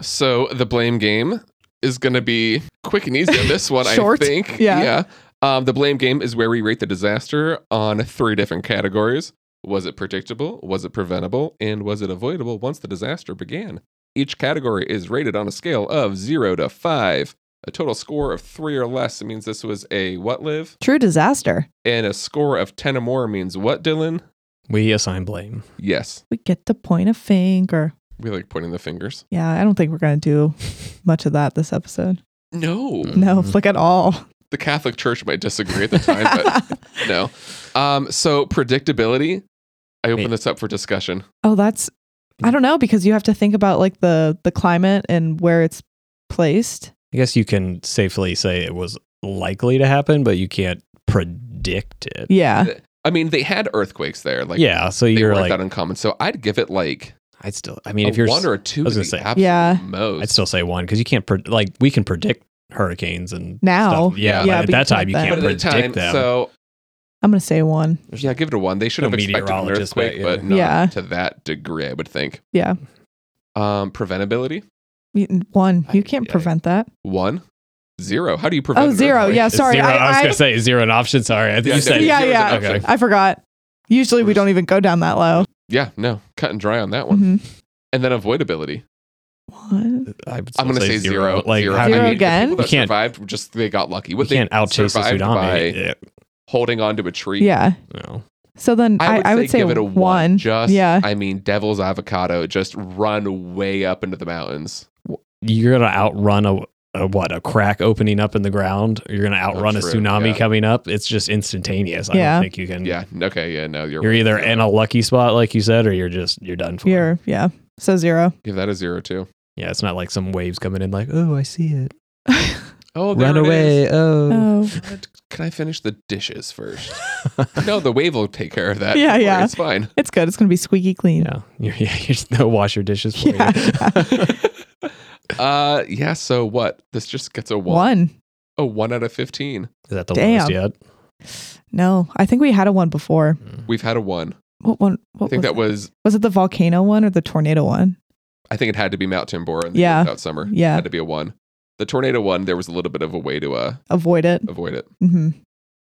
A: So, the blame game is going to be quick and easy on this one,
B: Short,
A: I think.
B: yeah.
A: Um, the blame game is where we rate the disaster on three different categories. Was it predictable? Was it preventable? And was it avoidable once the disaster began? Each category is rated on a scale of zero to five. A total score of three or less means this was a what live?
B: True disaster.
A: And a score of 10 or more means what, Dylan?
C: We assign blame.
A: Yes.
B: We get to point a finger.
A: We like pointing the fingers.
B: Yeah, I don't think we're gonna do much of that this episode.
A: No.
B: No,
C: Mhm.
B: like at all.
A: The Catholic Church might disagree at the time,
B: [laughs]
A: but [laughs] no. Um, so, predictability. I open
C: Wait.
A: this up for discussion.
B: oh, that's I don't know because you have to think about like the the climate and where it's placed.
C: I guess you can safely say it was likely to happen, but you can't predict it.
B: Yeah.
A: I mean, they had earthquakes there. Like,
C: yeah. So
A: they
C: you're
A: weren't
C: like,
A: that uncommon. So, I'd give it like
C: I'd still. I mean,
A: a
C: if you're,
A: one or a two.
C: I was
A: at
C: gonna
A: the
C: say.
A: absolute
B: Yeah.
A: Most.
C: I'd still say one because you can't pre- like we can predict hurricanes and
B: Now.
C: Stuff. Yeah,
A: Yeah.
C: but
B: Yeah,
C: at
B: but
C: that
B: you
C: time you
B: can't
A: but
C: can't
A: at the
C: predict
A: time,
C: them.
A: so
B: I'm gonna say one.
A: yeah, give it a one. They should
C: No
A: have expected an
C: meteorologist, but
A: earthquake,
C: yeah.
A: but not
B: Yeah.
A: to that degree, I would think.
B: Yeah.
A: Um, preventability
B: You- One. You
A: I-
B: can't
A: I-
B: prevent that.
A: one, zero. How do you prevent?
B: Oh,
A: an
B: zero.
A: earthquake?
B: Yeah,
C: It's
B: sorry.
C: zero, I, was
B: I, I,
C: gonna say zero an option. Sorry, I think
A: Yeah,
C: you said
A: no,
B: Yeah,
A: zero's an
B: yeah.
A: option.
C: Okay.
B: I forgot. Usually we don't even go down that low.
A: Yeah, no, cut and dry on that one.
B: hmm
A: And then avoidability.
B: One.
C: I
A: I'm
C: would still
A: going to say zero.
C: Like
A: zero.
C: how
B: Zero
C: do
A: the
C: you?
B: again.
A: people that
C: You can't-
A: survived were just they got lucky.
C: We
A: What
C: can't
A: they
C: outchase a
A: survived
C: tsunami.
A: by
C: Yeah,
A: holding onto a tree.
B: Yeah.
C: no.
B: So then I, I would say,
A: give it a
B: one.
A: one. Just
B: yeah.
A: I mean, devil's avocado. Just run way up into the mountains.
C: You're gonna outrun a, a what? A crack opening up in the ground. You're gonna outrun
A: true,
C: a tsunami
A: yeah.
C: coming up. It's just instantaneous. I
B: Yeah.
C: don't think you can.
A: Yeah. Okay. Yeah. No. You're,
C: Mm. You're
A: right.
C: either
A: Zero.
C: in a lucky spot, like you said, or you're just you're done for.
B: You're- yeah. So zero.
A: give that a zero too.
C: Yeah, it's not like some waves coming in, like oh, I see it,
A: Oh,
C: run away, oh.
B: oh.
A: Can I finish the dishes first? no, the wave will take care of that.
B: [laughs] Yeah,
A: Don't worry,
B: yeah.
A: It's fine.
B: It's good. It's gonna be squeaky clean.
C: Yeah, [laughs] you're, yeah, you're just no wash your dishes for [laughs]
B: Yeah.
C: you.
A: uh, yeah. So what? This just gets a one.
B: One.
A: A one out of fifteen.
C: Is that the
B: Damn.
C: lowest yet?
B: No, I think we had a one before.
A: We've had a one.
B: What one?
A: I
B: What
A: think
B: was
A: that was.
B: Was it the volcano one or the tornado one?
A: I think it had to be Mount Tambora in the
B: Yeah.
A: out summer.
B: Yeah.
A: had to be a one. The tornado one, there was a little bit of a way to
B: [laughs]
A: uh,
B: Avoid it.
A: avoid it.
B: hmm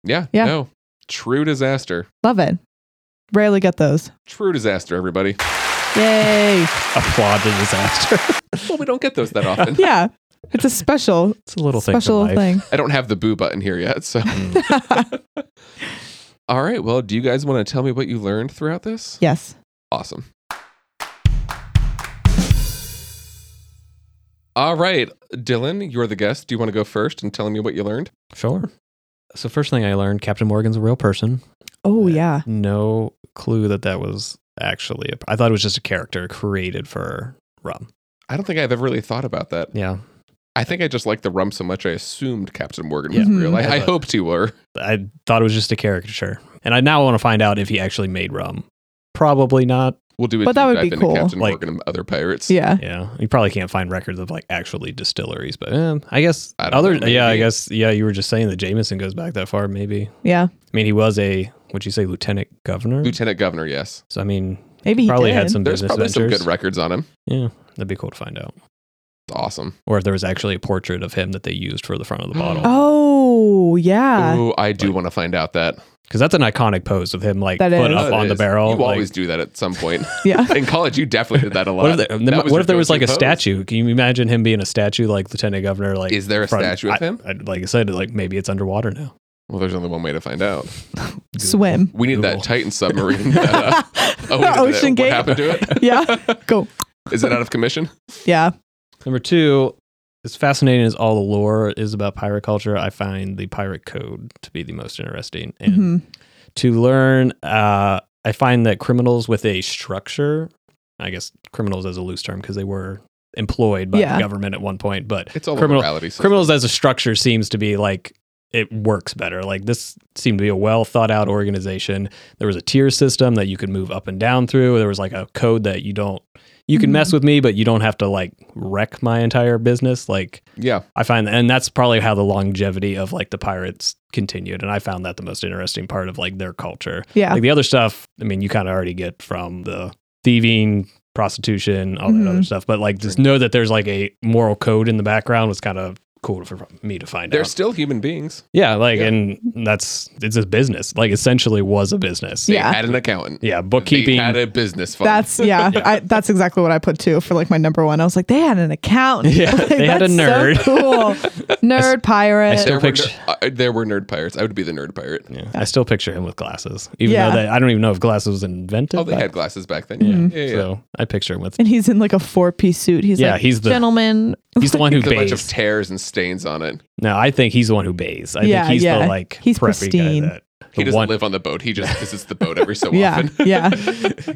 A: Yeah,
B: Yeah.
A: No. True disaster.
B: Love it. Rarely get those.
A: True disaster,
B: [laughs]
A: everybody.
B: Yay.
C: Applaud the disaster. [laughs]
A: Well, we don't get those that often.
B: yeah. It's a special,
C: It's a little thing. Hmm.
B: special thing.
A: I don't have the boo button here yet. So,
B: [laughs]
A: all right. Well, do you guys want to tell me what you learned throughout this?
B: yes.
A: Awesome. All right, Dylan, you're the guest. Do you want to go first and tell me what you learned?
C: Sure. So first thing I learned, Captain Morgan's a real person.
B: Oh, yeah.
C: No clue that that was actually. A, I thought it was just a character created for rum.
A: I don't think I've ever really thought about that.
C: Yeah.
A: I think I just liked the rum so much I assumed Captain Morgan was
B: Yeah.
A: real. I,
C: Mhm.
A: I hoped you were.
C: I thought it was just a caricature, and I now want to find out if he actually made rum. Probably not.
A: We'll do it.
B: But that would
A: dive
B: be
A: into
B: cool.
A: Captain
C: Like-
A: Morgan and other pirates.
B: Yeah.
C: Yeah, you probably can't find records of like actually distilleries, but eh, I guess
A: I don't
C: other.
A: know,
C: yeah, I
A: maybe.
C: guess yeah. You were just saying that Jameson goes back that far, maybe.
B: Yeah.
C: I mean, he was a what'd you say, lieutenant governor?
A: Lieutenant Governor, yes.
C: So I mean,
B: Maybe he
C: probably
B: did.
C: had some
A: There's
C: business
A: probably some
C: ventures.
A: good records on him.
C: yeah, that'd be cool to find out.
A: It's awesome.
C: Or if there was actually a portrait of him that they used for the front of the bottle,
B: Oh, yeah.
A: Ooh, I do want to find out that.
C: because that's an iconic pose of him like
B: That
C: foot
B: is.
C: up
A: That
C: on the
A: is-
C: barrel.
A: You
C: like-
A: always do that at some point. [laughs]
C: [laughs]
B: Yeah.
A: In college, you definitely did that a lot.
C: what if there,
A: That
C: what
A: your
C: if there was like a
A: go-to pose.
C: statue? Can you imagine him being a statue like lieutenant governor? Like
A: Is there a
C: front-
A: statue of
C: I-
A: him?
C: I- like I said, like maybe it's underwater now.
A: Well, there's only one way to find out.
C: [laughs]
B: Swim.
A: We need
C: Google.
A: that Titan submarine. That,
B: [laughs]
A: uh, oh, we did that.
B: Ocean
A: What
B: Gate.
A: happened to it?
B: yeah. [laughs] Go.
A: Is it out of commission?
B: Yeah.
C: Number two, as fascinating as all the lore is about pirate culture, I find the pirate code to be the most interesting. And
B: hmm
C: to learn, uh, I find that criminals with a structure, I guess criminals as a loose term because they were employed by
B: Yeah.
C: the government at one point, but
A: It's all
C: Criminal-
A: morality. So
C: criminals as a structure seems to be like it works better. Like this seemed to be a well thought out organization. There was a tier system that you could move up and down through. There was like a code that you don't you can
B: Mhm.
C: mess with me, but you don't have to like wreck my entire business. Like
A: yeah,
C: I find and that's probably how the longevity of like the pirates continued. And I found that the most interesting part of like their culture.
B: Yeah.
C: Like the other stuff, I mean, you kind of already get from the thieving, prostitution, all that
B: Mhm.
C: other stuff. But like, just know that there's like a moral code in the background was kind of cool for me to find
A: they're
C: out.
A: still human beings.
C: yeah, like,
A: Yeah.
C: and that's it's a business. Like, essentially, was a business.
A: They
B: Yeah.
A: had an accountant.
C: yeah, bookkeeping.
A: They had a business fund.
B: That's
C: [laughs]
B: yeah.
C: Yeah.
B: I, that's exactly what I put too for like my number one. I was like, they had an accountant.
C: Yeah,
B: [laughs] Like,
C: they had a
B: that's so
C: nerd. [laughs]
B: cool. Nerd pirate.
C: still-
A: there, were
C: picture-
A: ner- uh, there were nerd pirates. I would be the nerd pirate.
C: yeah, I still picture him with glasses, even
B: Yeah.
C: though that I don't even know if glasses was invented.
A: Oh, they
C: back-
A: had glasses back then.
C: Yeah.
A: Yeah, yeah, yeah.
C: So I picture
B: [laughs]
C: him with.
B: and he's in like a four piece suit. He's
C: Yeah,
B: like
C: he's the-
B: gentleman.
C: He's the one who
A: There's a bunch of
C: bathes.
A: tears and stains on it.
C: no, I think he's the one who bathes. I
B: Yeah,
C: think he's
B: yeah.
C: the like
B: He's
C: preppy
B: pristine.
C: guy that
A: He
C: the
A: doesn't
C: one
A: live on the boat. He just visits the boat every so
C: [laughs]
B: Yeah,
A: often.
B: yeah,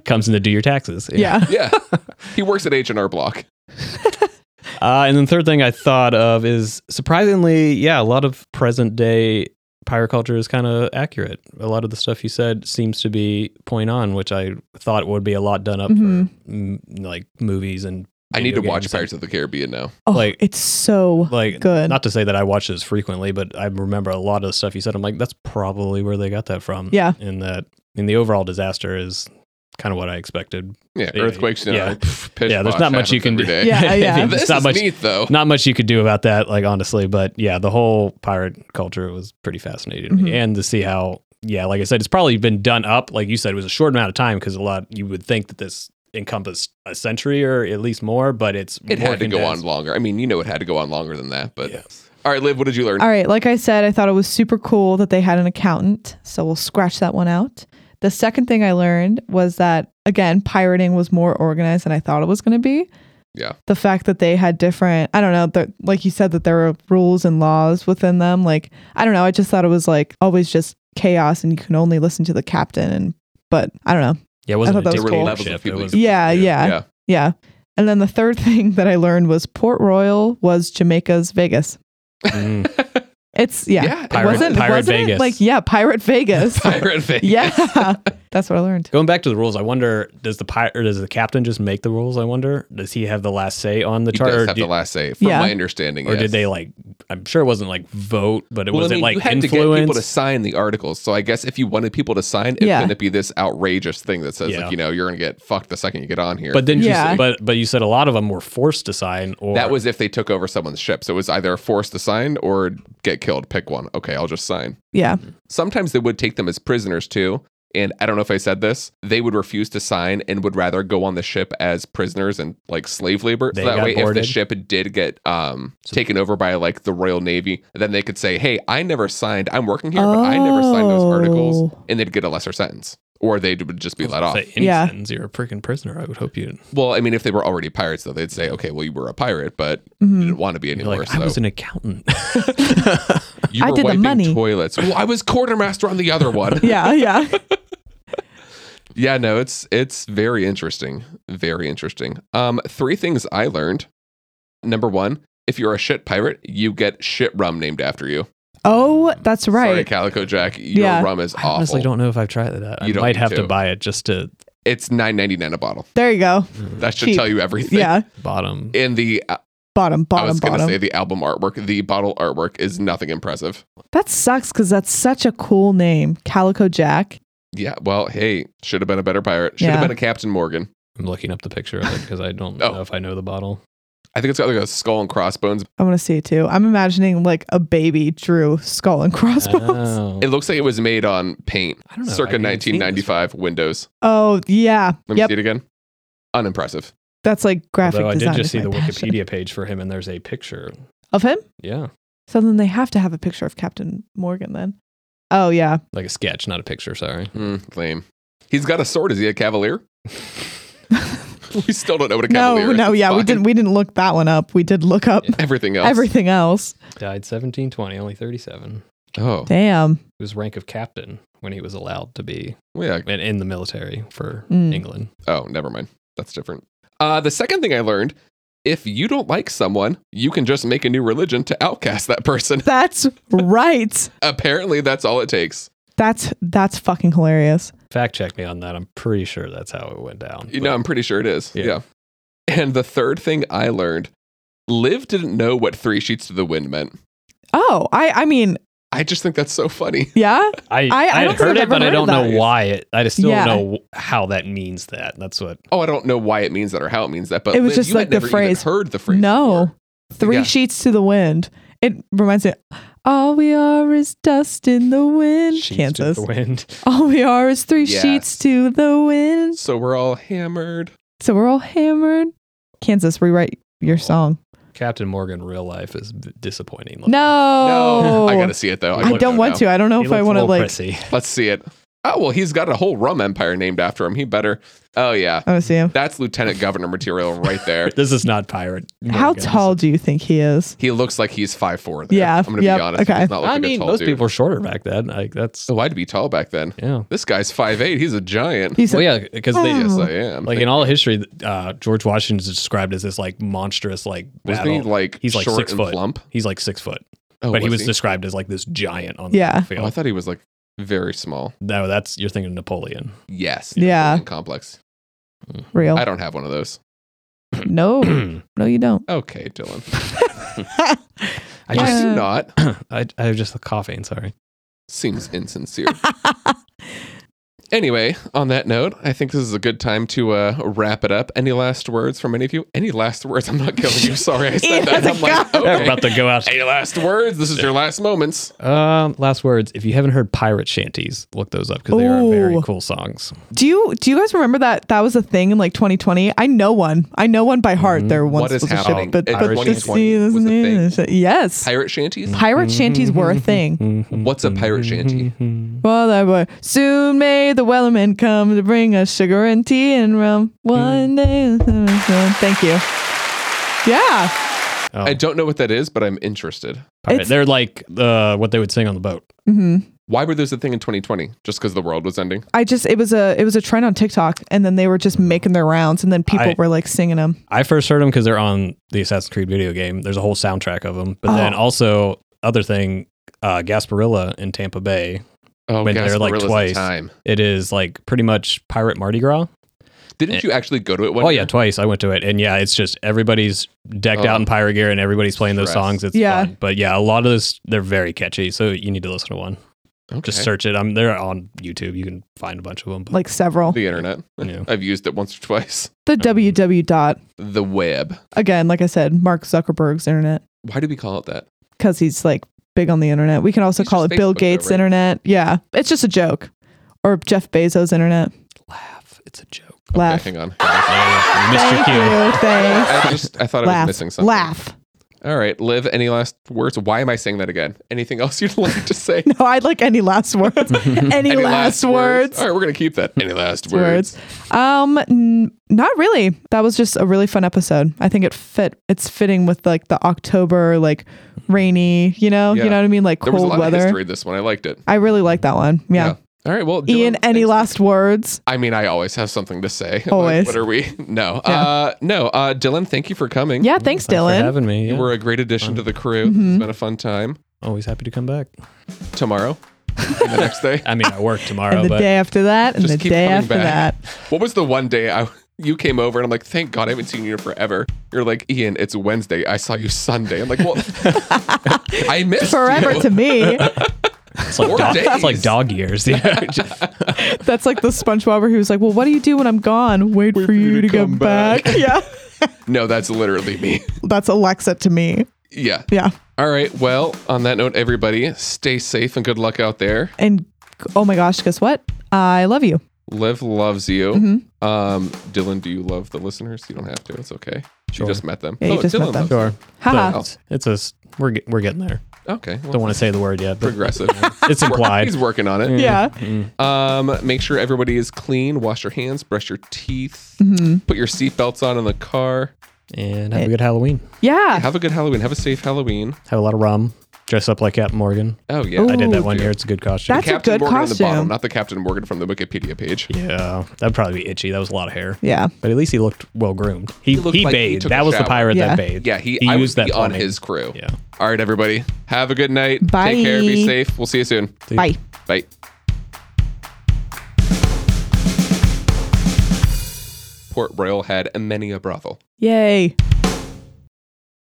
C: comes in to do your taxes.
B: yeah.
C: [laughs]
A: yeah. He works at H&R Block.
C: Uh, and then the third thing I thought of is surprisingly, yeah, a lot of present day pirate culture is kind of accurate. A lot of the stuff you said seems to be point on, which I thought would be a lot done up
B: Mhm.
C: for mm, like movies and.
A: I need to
C: video
A: watch
C: games.
A: Pirates of the Caribbean now.
B: Oh,
C: Like-
B: it's so
C: Like,
B: good.
C: not to say that I watch this frequently, but I remember a lot of the stuff you said. I'm like, that's probably where they got that from.
B: Yeah.
C: And that, and the overall disaster is kind of what I expected.
A: Yeah,
C: Yeah,
A: earthquakes. You know,
C: yeah.
A: pff, pish
C: yeah, there's
A: posh
C: not much you
A: happens
C: can do.
A: every day.
C: [laughs]
B: Yeah, yeah.
C: There's
A: This
C: not
A: is
C: much
A: neat though.
C: not much you could do about that, like honestly. But yeah, the whole pirate culture was pretty fascinating, to me.
B: Mhm.
C: and to see how yeah, like I said, it's probably been done up. Like you said, it was a short amount of time because a lot you would think that this encompassed a century or at least more, but it's
A: It had to
C: working
A: go
C: as-
A: on longer. I mean, you know, it had to go on longer than that. But
C: Yeah.
A: all right, Liv, what did you learn?
B: All right, like I said, I thought it was super cool that they had an accountant, so we'll scratch that one out. The second thing I learned was that again, pirating was more organized than I thought it was going to be.
A: Yeah.
B: The fact that they had different, I don't know, that like you said that there were rules and laws within them, like I don't know, I just thought it was like always just chaos and you can only listen to the captain and but I don't know.
C: Yeah, it wasn't
B: thought
C: a
B: that was
C: different
B: cool.
A: Levels of
C: ship. It
A: people
C: was-
A: you
B: Yeah, yeah.
A: yeah.
B: Yeah. And then the third [laughs] thing that I learned was Port Royal was Jamaica's Vegas.
C: Mm.
B: It's yeah.
A: Yeah,
C: Pirate-
B: wasn't
C: Pirate
B: wasn't it
C: Vegas.
B: like yeah, Pirate
C: [laughs]
B: Vegas.
A: Pirate Vegas. [laughs]
B: yeah. [laughs] That's what I learned.
C: Going back to the rules, I wonder does the pirate or does the captain just make the rules? I wonder does he have the last say on the
A: He
C: chart,
A: does
C: or,
A: have
C: do-
A: the last say, from
B: Yeah.
A: my understanding.
C: or
A: yes.
C: did they like? I'm sure it wasn't like vote, but it
A: Well,
C: was
A: I mean,
C: it like
A: you had to get
C: influence.
A: people to sign the articles. So I guess if you wanted people to sign, it
B: Yeah.
A: couldn't be this outrageous thing that says
C: Yeah.
A: like you know you're gonna get fucked the second you get on here.
C: But then you
B: Yeah.
C: you, but but you said a lot of them were forced to sign, or
A: that was if they took over someone's ship. So it was either forced to sign or get killed. Pick one. Okay, I'll just sign.
B: Yeah.
A: Sometimes they would take them as prisoners too. And I don't know if I said this, they would refuse to sign and would rather go on the ship as prisoners and like slave labor.
C: They
A: so that
C: got
A: way, if
C: boarded?
A: the ship did get um, taken over by like the Royal Navy, then they could say, hey, I never signed. I'm working here, but I never signed those articles.
B: Oh.
A: And they'd get a lesser sentence. Or they would just be let off.
C: Say any
B: Yeah.
C: sentence, you're a freaking prisoner. I would hope you.
A: Well, I mean, if they were already pirates, though, they'd say, okay, well, you were a pirate, but you
B: Mhm.
A: didn't want to be any
C: Mm. You're
A: worse.
C: like,
A: so.
C: I was an accountant. [laughs]
A: You
B: I
A: were
B: did the
A: wiping
B: money.
A: toilets. Well, I was quartermaster on the other
C: [laughs]
A: one.
B: Yeah, yeah.
A: yeah, no, it's it's very interesting. Very interesting. Um, three things I learned. Number one, if you're a shit pirate, you get shit rum named after you.
B: Oh, that's
A: Sorry,
B: right.
A: Calico Jack, your
B: Yeah.
A: rum is
C: I
A: awful.
C: honestly don't know if I've tried that. I
A: You don't
C: might
A: need
C: have to.
A: to.
C: buy it just to
A: It's nine ninety nine a bottle.
B: There you
C: [laughs]
B: go.
A: That should
B: Cheap.
A: tell you everything.
B: Yeah.
C: bottom.
A: In the uh,
B: Bottom,
A: I
B: bottom,
A: was going to
B: bottom.
A: say the album artwork, the bottle artwork is nothing impressive.
B: that sucks cuz that's such a cool name, Calico Jack.
A: Yeah, well, hey, should have been a better pirate. Should have
B: Yeah.
A: been a Captain Morgan.
C: I'm looking up the picture of it because I don't
A: [laughs] Oh.
C: know if I know the bottle.
A: I think it's got like a skull and crossbones.
B: I want to see it too. I'm imagining like a baby drew skull and [laughs] crossbones.
C: Oh.
A: It looks like it was made on paint.
C: I don't know if
A: circa
C: I've even seen this
A: 1995 Windows.
B: Oh, yeah.
A: Let me
B: Yep.
A: see it again. Unimpressive.
B: That's like graphic
C: Although I
B: design.
C: did
B: is
C: just see
B: my
C: the
B: passion.
C: Wikipedia page for him, and there's a picture.
B: of him.
C: Yeah,
B: So then they have to have a picture of Captain Morgan then. Oh yeah.
C: like a sketch, not a picture. Sorry. [laughs]
A: Hmm, lame. He's got a sword. Is he a cavalier? [laughs] we still don't know what a
B: No,
A: cavalier is.
B: no,
A: It's
B: yeah, we
A: fine.
B: didn't we didn't look that one up. We did look up
A: Everything else.
B: everything else.
C: Died 1720, only 37.
A: Oh,
B: Damn.
C: He was rank of captain when he was allowed to be
A: well, yeah.
C: in, in the military for
B: Mm.
C: England.
A: Oh, never mind. That's different. Uh, the second thing I learned if you don't like someone, you can just make a new religion to outcast that person. [laughs]
B: That's right.
A: Apparently, that's all it takes.
B: That's that's fucking hilarious.
C: Fact check me on that. I'm pretty sure that's how it went down.
A: You
C: but-
A: know, I'm pretty sure it is.
C: Yeah.
A: yeah. And the third thing I learned Liv didn't know what three sheets to the wind meant.
B: Oh, I I mean,
A: I just think that's so funny.
B: yeah. I
C: I, I,
B: don't
C: had
B: think
C: heard
B: I've
C: it,
B: ever
C: but I
B: heard of
C: don't know
B: that.
C: why it. I just still
B: Yeah.
C: don't know how that means that. That's what.
A: Oh, I don't know why it means that or how it means that, but
B: It was
A: Liv,
B: just
A: you had
B: like the
A: never even
B: phrase.
A: Heard the phrase?
B: No.
A: before.
B: Three
A: Yeah.
B: sheets to the wind. It reminds me all we are is dust in the wind.
C: sheets to
B: Kansas.
C: The wind. [laughs]
B: All we are is three
A: Yes.
B: sheets to the wind.
A: So we're all hammered.
B: So we're all hammered. Kansas, rewrite your song.
C: Captain Morgan real life is b- disappointing.
B: No.
A: I gotta see it though.
B: I
A: wanna
B: don't
A: know
B: want
A: now.
B: to. I don't know
C: He
B: if I
C: looks a
B: want to
C: little
B: like.
C: prissy. [laughs]
A: Let's see it. Oh well, he's got a whole rum empire named after him. He better. Oh yeah,
B: I want to see him.
A: that's lieutenant governor material right there.
C: This is not pirate.
B: How
C: Morgan.
B: tall do you think he is?
A: He looks like he's five four. There.
B: Yeah,
A: I'm gonna
B: yep,
A: be honest. He
B: okay.
A: does not look
C: I
A: like a
C: mean,
A: tall
C: most
A: dude.
C: people were shorter back then. Like that's
A: Oh, I'd be tall back then.
C: yeah.
A: This guy's five eight. He's a giant.
B: He's
C: Well, yeah, because they
B: Oh.
A: Yes, I am.
C: like in all history, uh, George Washington is described as this like monstrous like
A: Wasn't
C: battle.
A: he like
C: He's like
A: short
C: six
A: and
C: foot.
A: plump?
C: He's like six foot,
A: Oh,
C: but he was
A: he?
C: described as like this giant on
B: Yeah.
C: the field.
A: Oh, I thought he was like very small.
C: no, that's you're thinking [clears throat] Napoleon.
A: Yes.
B: Yeah.
A: Napoleon Complex.
B: real.
C: Oh.
A: I don't have one of those. [clears throat]
B: No,
C: I
B: no, you don't.
A: Okay, Dylan.
C: [laughs]
B: Yeah.
A: I
C: just
A: do not.
B: [laughs]
C: I I was just coughing. Sorry.
A: Seems insincere. Anyway, on that note, I think this is a good time to uh, wrap it up. Any last words from any of you? Any last words? I'm not killing you. Sorry, I
B: Ian
C: [laughs]
A: said that.
B: has a
A: I'm like,
B: gun.
C: [laughs] We're
A: okay.
C: about to go out.
A: Any last words? This is your last moments.
C: Um, last words. If you haven't heard pirate shanties, look those up because they are very
B: Ooh.
C: cool songs.
B: do you do you guys remember that that was a thing in like 2020? I know one. I know one by heart.
C: Mhm.
B: There once
A: Mm-hmm. What is
B: was a
A: happening
B: ship, but,
A: in
B: but to
A: 2020
B: see this
A: was a thing? Mm-hmm.
B: is- yes,
A: Pirate shanties?
B: pirate shanties were a thing.
C: Mm-hmm.
A: What's a pirate shanty?
B: Well, that boy soon may the wellerman come to bring us sugar and tea and rum. One day,
A: Mm.
B: thank you. Yeah,
C: Oh,
A: I don't know what that is, but I'm interested.
C: pirate.
B: it's-
C: They're like uh, what they would sing on the boat.
B: hmm
A: Why were those a thing in 2020? Just because the world was ending?
B: I just it was a it was a trend on TikTok, and then they were just making their rounds, and then people
C: I-
B: were like singing them.
C: I first heard them because they're on the Assassin's Creed video game. There's a whole soundtrack of them. But then
B: Oh.
C: also other thing, uh, Gasparilla in Tampa Bay.
A: Oh,
C: Went there, like,
A: Gasparilla's in
C: twice.
A: Time.
C: It is like pretty much pirate Mardi Gras.
A: Didn't you actually go to it one
C: Oh yeah,
A: year?
C: twice I went to it, and yeah, it's just everybody's decked
A: Oh.
C: out in pirate gear, and everybody's playing those
A: Stress.
C: songs. It's
B: Yeah.
C: fun, but yeah, a lot of those they're very catchy, so you need to listen to one.
A: Okay.
C: Just search it. I'm they're on YouTube. You can find a bunch of them. But
B: like several.
A: the Mm. internet.
C: [laughs] Yeah.
A: I've used it once or twice.
B: The www dot
A: The web.
B: again, like I said, Mark Zuckerberg's internet
A: Why do we call it that?
B: because he's like big on the internet. We can also
A: He's
B: call it
A: just
B: Bill
A: Facebook though,
B: Gates'
A: right?
B: internet. Yeah, it's just a joke, or Jeff Bezos' internet.
C: laugh, it's a joke. [laughs]
B: Laugh.
A: Okay, hang on.
C: Yeah, you missed
B: Thank
C: your
B: [laughs]
C: cue.
B: you. Thanks.
A: I just I thought I was missing
B: Laugh.
A: something.
B: Laugh. [laughs]
A: All right, Liv, any last words? Why am I saying that again? Anything else you'd [laughs] like to say?
B: No, I'd like
A: [laughs]
B: any last words. any, last, words.
A: All right, we're going to keep that. Any last words?
B: Words. Um, n- not really. That was just a really fun episode. I think it fit. It's fitting with like the October, like rainy. You know,
A: Yeah.
B: you know what I mean, like
A: There was a
B: cold
A: lot of
B: weather.
A: history this one. I liked it.
B: I really like that one. Yeah.
A: All right, well,
B: Ian,
A: Dylan,
B: any
A: thanks.
B: last words?
A: I mean, I always have something to say. [laughs] Like,
B: Always.
A: what are we? No.
B: Yeah.
A: Uh, no, uh, Dylan, thank you for coming.
B: Yeah, Mm-hmm. thanks,
C: for
B: Dylan.
C: having me.
A: You
C: Yeah.
A: were a great addition to the crew. It's been a fun time.
C: Always happy to come back.
A: Tomorrow, [laughs] the next day.
C: I mean,
B: [laughs]
C: I work tomorrow,
B: And the
C: but
B: day after that, and
A: Just
B: the
A: keep
B: day
A: coming
B: after
A: back.
B: that.
A: What was the one day I you came over and I'm like, thank God I haven't seen you in forever. You're like, Ian, it's Wednesday. I saw you Sunday. I'm like,
B: [laughs]
A: well, I missed
B: [laughs] Forever
A: you.
B: to [laughs] me.
C: it's like
A: Four
C: dog,
A: days.
C: it's like dog
A: [laughs]
C: years. [laughs] Yeah.
B: That's like the SpongeBob where he was like, Well, what do you do when I'm gone? Wait, for you, to, come
A: come
B: back. yeah.
A: no, that's literally me.
B: That's Alexa to me.
A: Yeah.
B: Yeah.
A: All right. Well, on that note, everybody, stay safe and good luck out there.
B: And oh my gosh, guess what? I love you. Mm-hmm.
A: Liv loves you. Um, Dylan, do you love the listeners? You don't have to. It's okay. She
C: Sure.
A: just met them.
B: Yeah, you
A: oh,
B: just
A: Dylan
B: met them.
A: loves
C: Sure.
B: Haha.
C: But it's- it's a s- we're get- we're getting there.
A: Okay. well,
C: Don't want to say the word yet, but [laughs]
A: progressive. [laughs]
C: it's implied.
A: He's working on it.
B: Yeah.
C: Mm.
A: Um, make sure everybody is clean. Wash your hands. Brush your teeth.
B: Mhm.
A: Put your seatbelts on in the car.
C: And have a good Halloween.
B: Yeah.
A: Have a good Halloween. Have a safe Halloween.
C: Have a lot of rum. Dress up like Captain Morgan.
A: Oh yeah.
B: Ooh.
C: I did that
B: Ooh,
C: one
A: dude.
C: year. It's a good costume.
B: That's- a
A: Captain
B: good
A: Morgan in the bottle,
B: costume.
A: not the Captain Morgan from the Wikipedia page.
C: yeah, that'd probably be itchy. That was a lot of hair.
B: Yeah.
C: But at least he looked well groomed. He he,
A: looked like he
C: bathed.
A: took a
C: that was the
A: shower.
C: pirate
B: Yeah.
C: that bathed.
A: Yeah, he, I was
C: used that
A: on
C: plumbing.
A: his crew.
C: Yeah.
A: All right, everybody. Have a good night.
B: Bye.
A: Take care. Be safe. We'll see you soon.
C: Dude.
B: Bye.
A: Bye. Port Royal had many a brothel.
B: Yay.